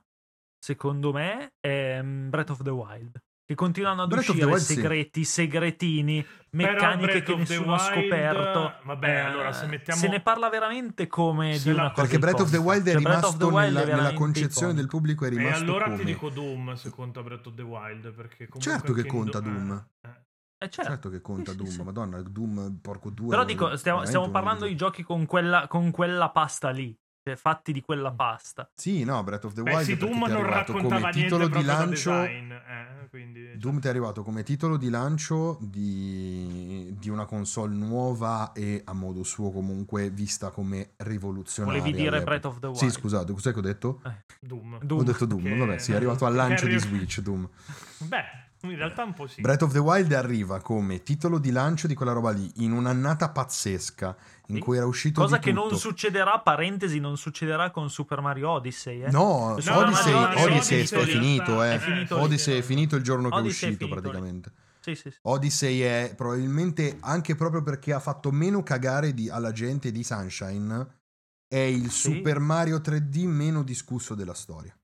secondo me, è mm, Breath of the Wild. Che continuano ad Breath of the uscire Wild, sì. segreti, segretini, Però meccaniche Breath che of the nessuno ha Wild, scoperto. Vabbè, Eh, allora se mettiamo Se ne parla veramente come Se di la- una cosa Perché Breath of the iconica. Wild è Cioè, Breath of the rimasto Wild è nella, nella veramente concezione del iconico. pubblico, è E rimasto allora come? ti dico Doom se conta Breath of the Wild perché comunque Certo che anche in conta Do- eh, Doom. eh. Eh, certo. Certo che conta Sì, sì, Doom, sì. madonna, Doom, porco due. Però dico, stiamo, veramente stiamo uno parlando di dei- giochi con quella, con quella pasta lì, cioè fatti di quella Mm. pasta. Sì, no, Breath of the Beh, Wild sì, perché Doom ti è non arrivato raccontava come niente titolo proprio di da lancio... design, eh, quindi, Doom ti è arrivato come titolo di lancio di, di una console nuova e a modo suo comunque vista come rivoluzionaria. Volevi dire all'epoca. Breath of the Wild. Sì, scusate, cos'è che ho detto? Doom. Doom. Ho detto Doom, Che- vabbè, sì, è arrivato al lancio di Perché- Switch Eh, Doom. Beh, in realtà un po' sì. Breath of the Wild arriva come titolo di lancio di quella roba lì, in un'annata pazzesca, in Sì. cui era uscito Cosa di che non tutto. succederà, parentesi, non succederà con Super Mario Odyssey. Eh? No, No, Odyssey, no, no, Odyssey Odyssey è in finito, realtà, eh. È finito, Odyssey è finito il giorno che è Odyssey è uscito finito, praticamente. Sì, sì, sì. Odyssey è probabilmente anche proprio perché ha fatto meno cagare di- alla gente di Sunshine. È il Sì. Super Mario 3D meno discusso della storia.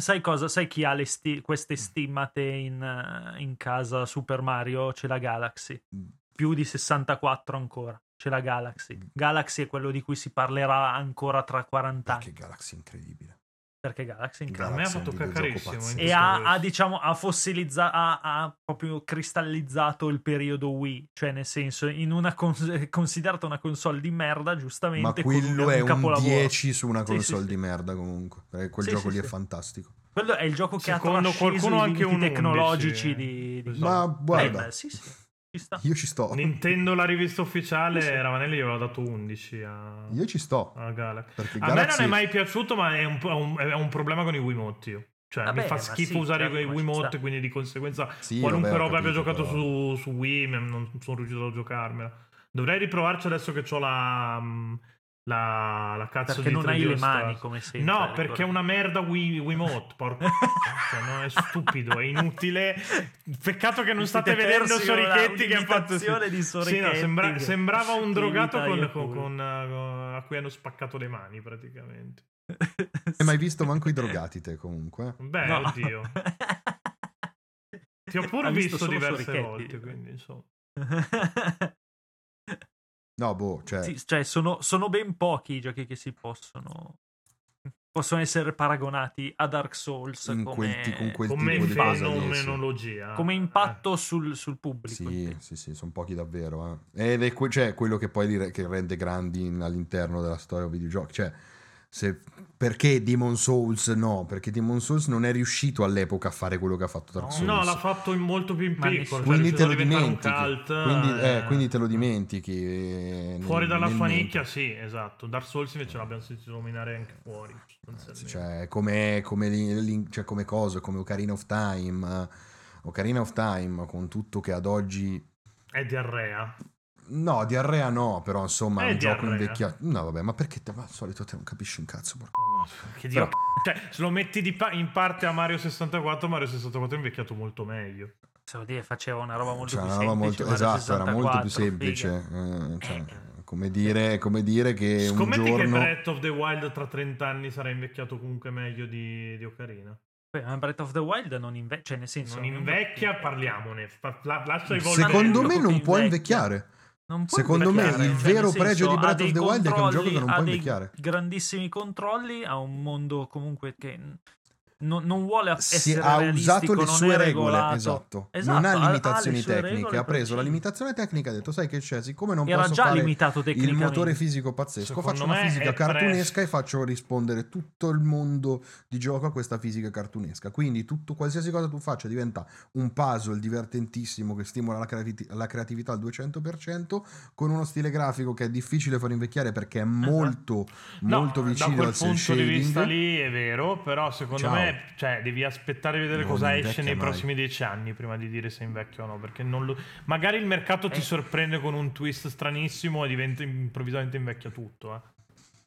Sai cosa? Sai chi ha le sti- Mm. queste stimmate in, eh, in casa Super Mario? C'è la Galaxy. Mm, Più di 64 ancora. C'è la Galaxy. Galaxy è quello di cui si parlerà ancora tra 40 Ma anni. che Galaxy incredibile. Perché Galaxy è in A me ha Galaxy è un fatto videogioco cacarissimo. pazzesco. in e questo ha, verso. ha, diciamo ha fossilizzato ha, ha proprio cristallizzato il periodo Wii cioè nel senso in una cons- considerata una console di merda Ma giustamente con quello è un capolavoro 10 su una Sì, sì, console sì. di merda comunque. Perché quel Sì, gioco sì, lì sì. è fantastico. quello è il gioco che Secondo ha trasceso qualcuno i anche limiti un 11, tecnologici eh. di, di- No, Ma Eh, guarda, beh, sì, sì, ci sta. io ci sto. Nintendo, la rivista ufficiale, Sì, sì. Ravanelli gli aveva dato 11 a, Eh, Io ci sto. Ah. a Galaxy. Perché A me non Galaxy è mai piaciuto, ma è un, po' un- è un problema con i Wiimote. io. Cioè, Vabbè, mi fa ma schifo sì, usare certo, i ma ci Wiimote, sta. quindi di conseguenza Sì, qualunque vabbè, ho roba abbia capito, giocato però. su, su Wii ma non sono riuscito a giocarmela dovrei riprovarci adesso che ho la mm, la, la cazzo perché di non hai 3D le All Stars. mani come sempre ecco. No, ricordo. perché è una merda Wii, Wiimote, [laughs] porco. Cioè, no, è stupido, è inutile. Peccato che non Vi state siete vedendo persi una- Sorichetti che ha fatto... un'imitazione di Sì, no, Sorichetti sembra- che- sembrava un drogato Imita con, Yakult. con- con, eh, con- a cui hanno spaccato le mani praticamente. non hai mai visto manco i drogati te Eh. comunque. Beh, No. Eh, oddio. [laughs] Ti ho pure Ha visto, solo diverse Sorichetti. volte, quindi insomma. No, boh, cioè... [laughs] Sì, cioè, sono, sono ben pochi i giochi che si possono possono essere paragonati a Dark Souls In come, quel ti- con quel Come eh. tipo di cosa lì, sì. fenomenologia. come impatto sul, sul pubblico. Sì, intendo. sì, sì, sono pochi davvero. eh. Ed è que- cioè, quello che poi dire- che rende grandi in- all'interno della storia dei videogiochi. Cioè, Se- perché Demon Souls no? Perché Demon Souls non è riuscito all'epoca a fare quello che ha fatto Dark No, Souls. No, l'ha fatto in molto più in Ma piccolo. nessuno- cioè, quindi è te lo riuscito a dimentichi. diventare un cult, quindi, eh, eh, quindi te lo dimentichi. eh, nel- Fuori dalla nel fanicchia, mentre. sì, esatto. Dark Souls invece l'abbiamo sentito nominare anche fuori. sostanzialmente. Cioè, come, come, li- li- cioè, come cosa, come Ocarina of Time. eh, Ocarina of Time, con tutto che ad oggi. È diarrea. No, diarrea no, però insomma è Eh, un gioco diarrea. invecchiato. No, vabbè, ma perché te, ma al solito te non capisci un cazzo? porco. Oh, Che dio. Cioè, se lo metti di pa- in parte a Mario 64, Mario 64 è invecchiato molto meglio. Se vuol dire, faceva una roba molto Cioè, più una roba semplice. molto- Mario esatto, era 64, molto più figa. semplice. eh, cioè, come, dire, come dire che Scommetti un giorno. che Breath of the Wild tra 30 anni sarà invecchiato comunque meglio di, di Ocarina. Beh, ma Breath of the Wild non invecchia, cioè nel senso... Non invecchia, parliamone. Fa- la- lascia evolvere. Secondo il me gioco non che può invecchia. invecchiare. Non può Secondo me invecchiare, il cioè, nel vero pregio di ha Breath of dei the Wild è che è un gioco che controlli- non può ha dei invecchiare. Grandissimi controlli, ha un mondo comunque che n- non, non vuole Si- essere ha realistico, usato le non sue è regole, regolato. esatto. Esatto, Non ha- ha ha le limitazioni sue tecniche, regole ha preso la precise. limitazione tecnica, ha detto sai che c'è, siccome non Era posso già fare limitato il tecnicamente. motore fisico pazzesco, Secondo faccio una me fisica è presto. cartunesca e faccio rispondere tutto il mondo di gioco a questa fisica cartunesca. Quindi tutto, qualsiasi cosa tu faccia diventa un puzzle divertentissimo che stimola la, creati- la creatività al 200% con uno stile grafico che è difficile far invecchiare perché è molto Esatto. No, molto da vicino quel al cel punto shading. di vista lì è vero, però secondo Ciao. me cioè, devi aspettare di vedere Non cosa invecchia esce nei mai. prossimi dieci anni prima di dire se invecchia o no, perché non lo- magari il mercato Eh. ti sorprende con un twist stranissimo e diventa improvvisamente invecchia tutto. eh.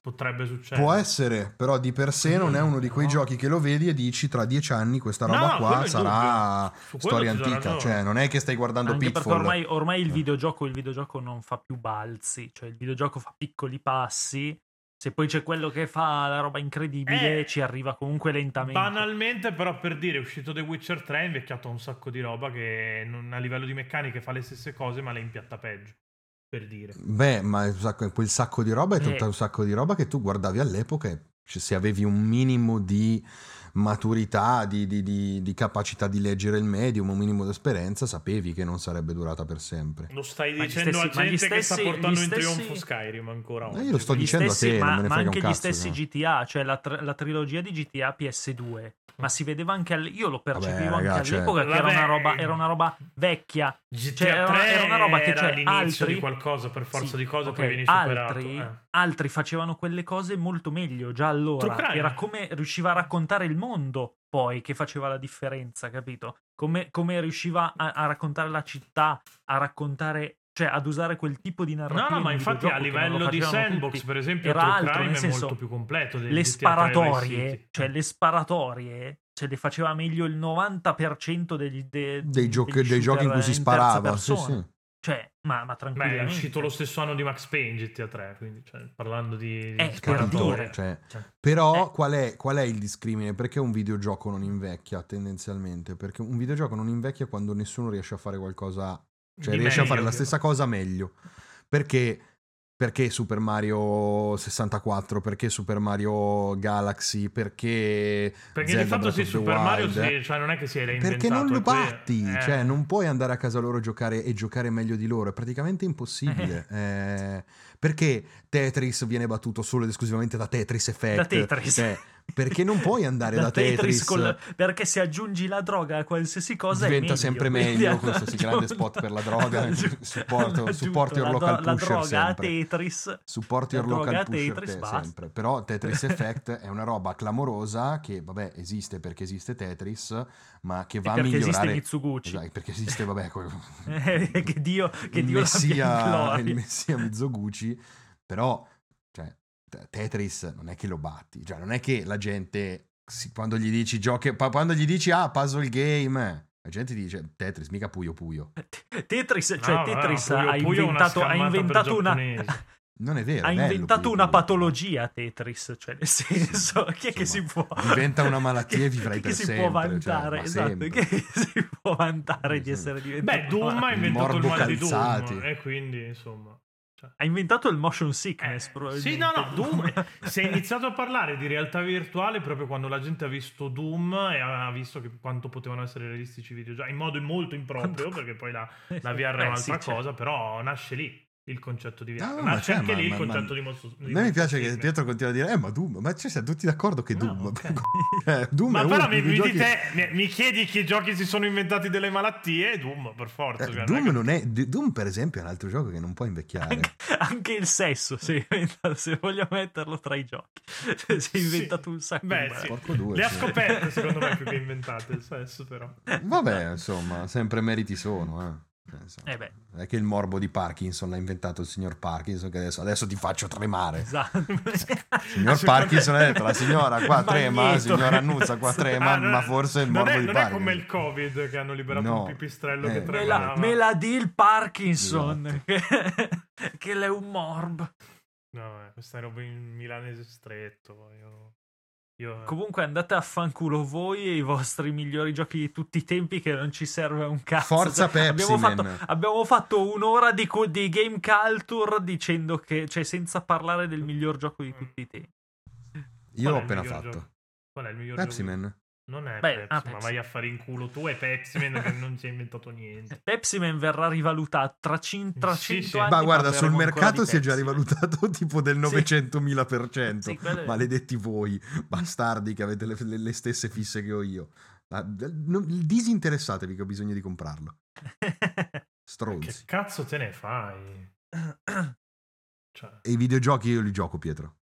Potrebbe succedere. Può essere, però di per sé non è uno di quei giochi che lo vedi e dici tra dieci anni questa No, roba no, quello qua è sarà indubbio. Su quello storia ti do antica. ragione. Cioè, non è che stai guardando Anche perché Pitfall. ormai, ormai il Eh. videogioco, il videogioco non fa più balzi, cioè il videogioco fa piccoli passi. Se poi c'è quello che fa la roba incredibile, Eh, ci arriva comunque lentamente. Banalmente, però, per dire, è uscito The Witcher 3, è invecchiato un sacco di roba che non- a livello di meccaniche fa le stesse cose, ma le impiatta peggio. Per dire. Beh, ma un sacco- quel sacco di roba è Eh. tutta un sacco di roba che tu guardavi all'epoca e cioè, se avevi un minimo di maturità, di, di- di- di capacità di leggere il medium, un minimo di esperienza, sapevi che non sarebbe durata per sempre. Lo stai Ma gli dicendo stessi- ma a gli gente che sta stessi- portando gli in stessi- trionfo Skyrim ancora Ma oggi. io lo sto Gli dicendo a stessi- te, ma, non me ne ma frega anche un gli cazzo. stessi cioè. GTA, cioè la, tr- la trilogia di GTA PS2. Ma si vedeva anche al- io lo percepivo Vabbè, anche raga, cioè- all'epoca che era Vabbè. una, roba, era una roba vecchia. GTA Cioè, era, una- 3 era una roba che era c'è l'inizio altri, di qualcosa per forza Sì, di cose ok, poi vieni superato. altri, eh. altri facevano quelle cose molto meglio già True allora. crime. Era come riusciva a raccontare il mondo poi che faceva la differenza, capito? Come, come riusciva a, a raccontare la città, a raccontare, cioè ad usare quel tipo di narrativa. No, no, ma in infatti a videogioco che non lo livello di facevano sandbox, tutti. per esempio, Era True altro, Crime nel è senso, molto più completo. del le GTA tre Vice sparatorie, City. cioè le sparatorie, ce le faceva meglio il 90% degli, de- Dei, giochi- degli dei giochi in shooter cui si in terza sparava, sì, persona. sì. Cioè, ma, ma Beh, tranquillamente. è uscito lo stesso anno di Max Payne GTA 3, quindi cioè, parlando di, di Eh, per sparatorie. dire. Cioè, Cioè, Però eh. qual, è, qual è il discrimine? Perché un videogioco non invecchia tendenzialmente? Perché un videogioco non invecchia quando nessuno riesce a fare qualcosa, cioè Di riesce a meglio, fare la ovvio. stessa cosa meglio. Perché, perché Super Mario 64? Perché Super Mario Galaxy? Perché... Perché Zelda di fatto Breath sì, of the Super Mario Wild, sì, cioè, non è che si era inventato. Perché non lo è quello- batti, eh. cioè non puoi andare a casa loro a giocare e giocare meglio di loro, è praticamente [laughs] impossibile. Eh, perché Tetris viene battuto solo ed esclusivamente da Tetris Effect? da Tetris. Eh, perché [laughs] non [laughs] puoi andare da Tetris con la- perché se aggiungi la droga a qualsiasi cosa è diventa meglio. sempre Quindi meglio hanno qualsiasi aggiunto- grande spot per [laughs] la droga hanno aggiunto- supporto- hanno support your aggiunto la local dro- la pusher droga a sempre. Tetris Support your La droga local a pusher Tetris, te- basta. sempre. Però Tetris Effect è una roba clamorosa che, vabbè, esiste perché esiste Tetris, ma che e va a perché esiste migliorare. Mitsuguchi Esatto, perché esiste, vabbè, quel- [laughs] che Dio che il, Dio messia, l'abbia in il gloria messia Mizoguchi, però cioè, te- Tetris non è che lo batti, cioè non è che la gente si- quando gli dici giochi, pa- quando gli dici ah puzzle game, eh", la gente dice Tetris mica puio puio. Eh, Tetris cioè No, no, Tetris Puyo Puyo ha è una inventato, ha scammata per inventato una giapponesi. Non è vero, ha è bello inventato Puyo una Puyo. patologia Tetris cioè nel senso chi è che si Insomma, può diventa una malattia e chi- vivrai chi per si sempre, può cioè, vantare ma esatto sempre. chi [laughs] si può vantare di Sì, sì. essere diventato Beh, Doom ha Il inventato il morbo mal di calzati. Doom, e quindi insomma. ha inventato il motion sickness Eh, probabilmente sì, no, no, Doom [laughs] si è iniziato a parlare di realtà virtuale proprio quando la gente ha visto Doom e ha visto che quanto potevano essere [laughs] realistici i videogiochi in modo molto improprio perché poi la, la VR è Eh, un'altra sì, cioè, cosa, però nasce lì. il concetto di No, viaggio. no, ma ma c'è c'è, anche Ah, cioè, ma- lì il ma- ma- concetto di mostro. A me mi piace che Pietro continua a dire, eh, ma Doom, ma ci siamo tutti d'accordo che No, Doom. [laughs] ok. Eh, Doom è Ma uno però dei mi, mi videogiochi- dite- mi- mi chiedi che giochi si sono inventati delle malattie, Doom per forza. Eh, cioè, non è Doom, che- non è, D- Doom, per esempio, è un altro gioco che non può invecchiare. Anche, anche il sesso, se, se voglio metterlo tra i giochi, [laughs] si è Sì. inventato un sacco. Beh, di- sì. Porco due. cioè. Le ha sì. scoperte, secondo me, più che inventate. Il senso, però. Vabbè, insomma, sempre meriti sono. eh. Insomma, Eh beh. Non è che il morbo di Parkinson l'ha inventato il signor Parkinson, che adesso, adesso ti faccio tremare. Esatto. Signor Parkinson ha detto, la signora qua trema, la Magneto. signora Annuzza qua trema, Ah, non- ma forse il non morbo è, di non è Parkinson. come il Covid che hanno liberato No. un pipistrello Eh, che Me la, tremava. me la dì il Parkinson, che, Esatto. che [laughs] l'è un morb. No, eh, questa roba in milanese stretto. Io, io- eh. Comunque andate a fanculo voi e i vostri migliori giochi di tutti i tempi che non ci serve un cazzo. [laughs] Forza Pepsi, abbiamo, fatto, man. abbiamo fatto un'ora di, co- di game culture dicendo che, cioè senza parlare del miglior gioco di tutti i tempi. Io Qual l'ho è il appena miglior fatto. gioco? qual è il miglior Pepsi gioco? Man. Non è Beh, Pepsi, ah, ma Pepsi. vai a fare in culo tu e Pepsi Man che non si è inventato niente. Pepsi Man verrà rivalutata tra, cin- tra Sì, 100 sì. anni. Ma guarda, sul parleremo ancora mercato di si è già Pepsi Man. rivalutato [laughs] tipo del 900.000%. Sì, quello Eh. è- Maledetti voi, [laughs] bastardi che avete le, le- le stesse fisse che ho io. Ah, d- non- disinteressatevi che ho bisogno [laughs] di comprarlo. Che Stronzi. cazzo te ne [coughs] fai? Cioè, E i videogiochi io li gioco, Pietro.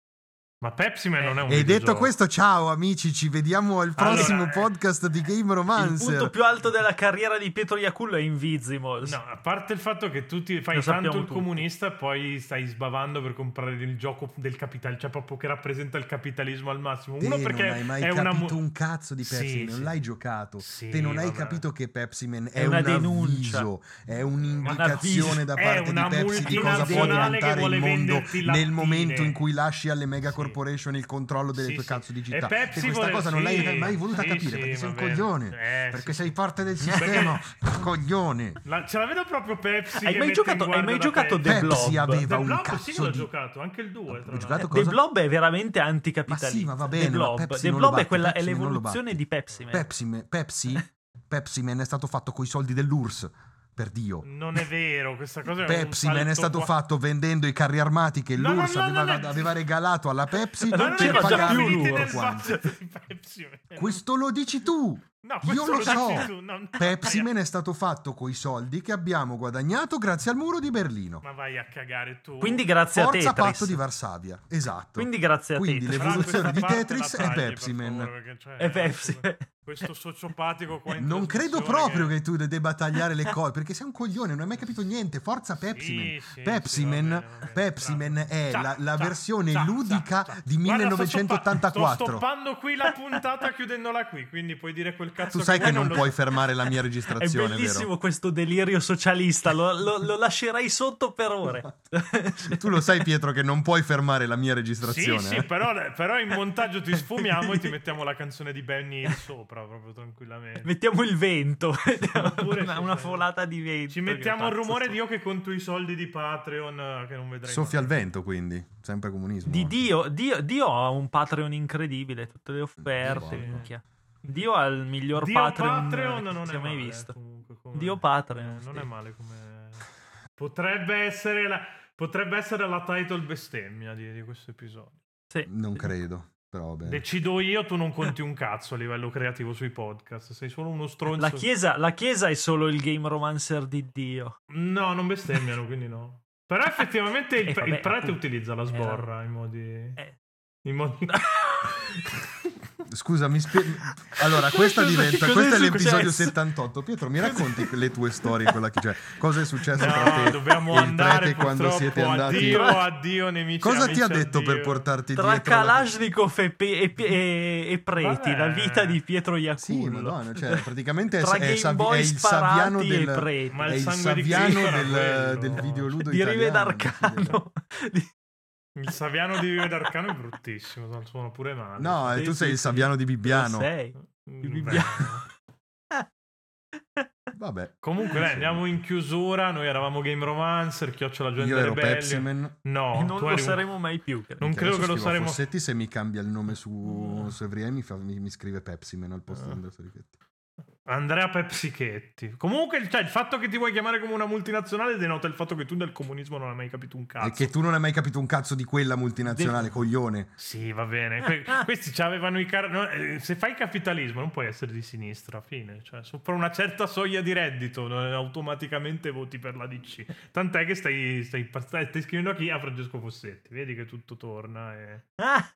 ma Pepsi Eh. Man non è un E detto videogioco. questo, ciao amici, ci vediamo al Allora, prossimo eh, podcast di Game Il Romancer. punto più alto della carriera di Pietro Iacullo è Invisibles. No, a parte il fatto che tu ti fai Lo sappiamo tanto il tutti. comunista e poi stai sbavando per comprare il gioco del capitale, cioè proprio che rappresenta il capitalismo al massimo. Te Uno perché non hai mai è una capito mu- un cazzo di Pepsi Sì, Man, non sì. l'hai giocato. Sì, Te non hai vabbè. capito che Pepsi Man è, È una un denuncia. avviso, è un'indicazione avviso. da È parte di una Pepsi di cosa può multinazionale che diventare il vuole mondo venderti nel lattine. momento in cui lasci alle mega Sì. corporation il controllo delle Sì, tue sì. cazzo di città. E Pepsi questa vuole- cosa non l'hai sì, mai voluta sì, capire sì, perché sei un va bene. coglione, Eh, sì, perché [laughs] sei sì. parte del sistema, coglione. La- ce la vedo proprio Pepsi. Hai che mai mette giocato- in hai mai guardia da giocato Pepsi. The Pepsi Blob. The Eh, aveva un Blob sì che cazzo l'ho di giocato, anche il 2. Ho giocato The cosa? Blob è veramente anticapitalista. Ma sì, ma va bene, The ma Blob, Pepsi The non Blob lo è, batte, quella, è Pepsi non lo l'evoluzione batte. di Pepsi Man. Pepsi Man, Pepsi, Pepsi Man è stato fatto coi soldi dell'URSS, per Dio. Non è vero, questa cosa è un Pepsi Man salto è stato qua- fatto vendendo i carri armati che No, l'URSS no, no, no, aveva, no. aveva regalato alla Pepsi Ma No, non non per c'era c'era già già pagare più finiti loro nel quanti. budget di Pepsi. Man. Questo lo dici tu! No, Io questo lo dici so. tu, no, no, Pepsi vai a- Man è stato fatto coi soldi che abbiamo guadagnato grazie al muro di Berlino. Ma vai a cagare tu. Quindi grazie Forza a Tetris. patto di Varsavia, esatto. Quindi grazie a Quindi Tetris. Fra, l'evoluzione [laughs] di questa parte Tetris la è tagli, Pepsi per Man. favore, perché, cioè, È Pepsi. Questo sociopatico qua in Eh, Non credo trasmissione proprio che... tu debba tagliare [laughs] le cose perché sei un coglione, non hai mai capito niente. Forza Pepsi Man. Sì, sì, Pepsi sì, va Man, bene, va bene. Pepsi Bravo. Man è Ciao, la, la ciao, versione ciao, ludica ciao, ciao. di Guarda, sto stoppa- 1984. Sto stoppando qui la puntata chiudendola qui, quindi puoi dire quel cazzo tu sai che vuoi, non lo- puoi fermare la mia È registrazione, bellissimo questo delirio socialista, lo, lo- lo lascerei sotto per [laughs] ore. vero? Tu lo sai, Pietro, che non puoi fermare la mia Sì, registrazione. sì, eh? però, però in montaggio ti sfumiamo e ti mettiamo la canzone di Benny Hill sopra, proprio tranquillamente. Mettiamo il vento, Oppure una, sì, una sì. folata di vento. Ci mettiamo che il pazzo rumore sono. di io che conto i soldi di Patreon eh, che non vedrai. Soffi mai. al vento, quindi, sempre comunismo. Di Dio, Dio, Dio ha un Patreon incredibile, tutte le offerte. Sì. minchia. Dio ha il miglior Dio Patreon, Patreon che non si è è mai male, eh, visto. comunque, come- Dio Patreon, eh, sì. Non è male come... Potrebbe essere la, potrebbe essere la title bestemmia di, di questo episodio. Sì. Non credo, però vabbè. Decido io, tu non conti un cazzo a livello creativo sui podcast. Sei solo uno stronzo. La chiesa, la chiesa è solo il game romancer di Dio. No, non bestemmiano, quindi no. Però effettivamente il, [laughs] Eh, vabbè, il prete appunto. utilizza la Eh, sborra in modi... Eh. In [laughs] modi... Scusa, mi spie- Allora, questa Cos'è- diventa. cos'è Questo è l'episodio successo? 78. Pietro, mi racconti le tue storie, quella che c'è. Cosa è successo tra No, te dobbiamo e il andare prete quando purtroppo. siete andati? Addio, addio nemici. Cosa ti amici, ha detto per addio. portarti Tra dietro? la- Kalashnikov e, Pe- e Pe- e- e Preti, Vabbè. la vita di Pietro Iacullo. Sì, madonna, cioè, praticamente è, Tra è Game Savi- Boy è il sparati Saviano e del. Preti. Ma È il il sangue di Saviano Cristo era del, quello. del videoludo Di Rive italiano, d'Arcano. [laughs] Di- Il Saviano di Vive d'Arcano è bruttissimo, non suona pure male. No, e tu Sì, sei sì, il sì. Saviano di Bibbiano. Lo sei. Mm, beh. il Bibbiano. [laughs] Vabbè. Comunque, [laughs] dai, andiamo in chiusura. Noi eravamo Game Romancer, Chiocciola Gente Io ero Rebellion. Pepsi Man. No, non tu lo eri un- saremo mai più. credo. Non Che credo adesso che lo scrivo a saremo- Eh. Fossetti se mi cambia il nome su, su Evriel mi, fa- mi- mi scrive Pepsi Man al posto di Ah. Andrea Sorichetti. Andrea Pepsichetti. Comunque, cioè, il fatto che ti vuoi chiamare come una multinazionale denota il fatto che tu del comunismo non hai mai capito un cazzo. E che tu non hai mai capito un cazzo di quella multinazionale, Del- coglione. Sì, va bene. Que- questi c'avevano i car- no, eh, se fai capitalismo non puoi essere di sinistra, fine. Cioè, sopra una certa soglia di reddito eh, automaticamente voti per la DC. Tant'è che stai, stai, par- stai scrivendo a chi? A Francesco Fossetti. Vedi che tutto torna e... [laughs]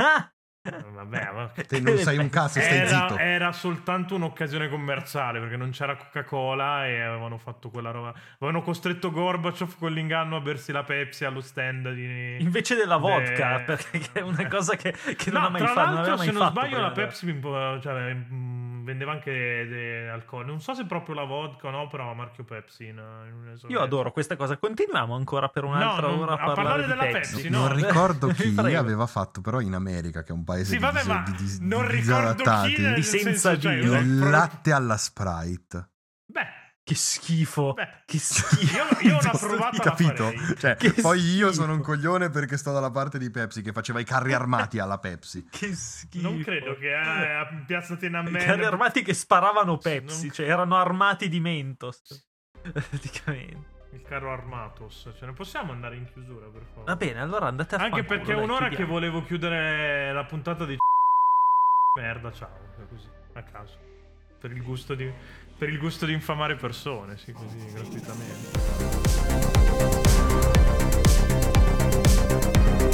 eh, Vabbè, ma... Te non sai un cazzo, stai zitto. Era, era soltanto un'occasione commerciale perché non c'era Coca-Cola e avevano fatto quella roba. Avevano costretto Gorbaciov con l'inganno a bersi la Pepsi allo stand di... Invece della vodka, Eh, perché è una cosa che, [laughs] che non No, ha mai tra fatto. l'altro, aveva mai se non fatto sbaglio, prima la del- Pepsi impo- cioè, mh, vendeva anche de- alcol. Non so se proprio la vodka, no, però marchio Pepsi. in- in una Io sovretta. adoro questa cosa. Continuiamo ancora per un'altra non- ora a a parlare, parlare di della Pepsi. Pepsi, no. [laughs] Non ricordo [laughs] Mi chi frega. aveva fatto, però in America, che è un paese Sì, di, vabbè, dis- ma di, dis- di non ricordo disaadattati, chi nel Di senza senso, cioè, Dio. il il pro- latte alla Sprite. Beh, Che schifo. Beh. Che schifo. [laughs] io, io una provata la capito? farei. Cioè, Che poi io schifo. sono un coglione perché sto dalla parte di Pepsi che faceva [laughs] i carri armati alla Pepsi. Che schifo. Non credo che eh, a Piazza I Tiananmen carri armati che sparavano Sì, Pepsi, non- cioè erano armati di Mentos. [laughs] Praticamente. il carro armatos. Cioè, ne possiamo andare in chiusura, per favore. Va bene, allora andate a Anche fanculo, perché è dai, un'ora che chiudiamo. volevo chiudere la puntata di [laughs] merda, ciao, cioè, così, a caso. Per il gusto di, per il gusto di infamare persone, sì, così gratuitamente.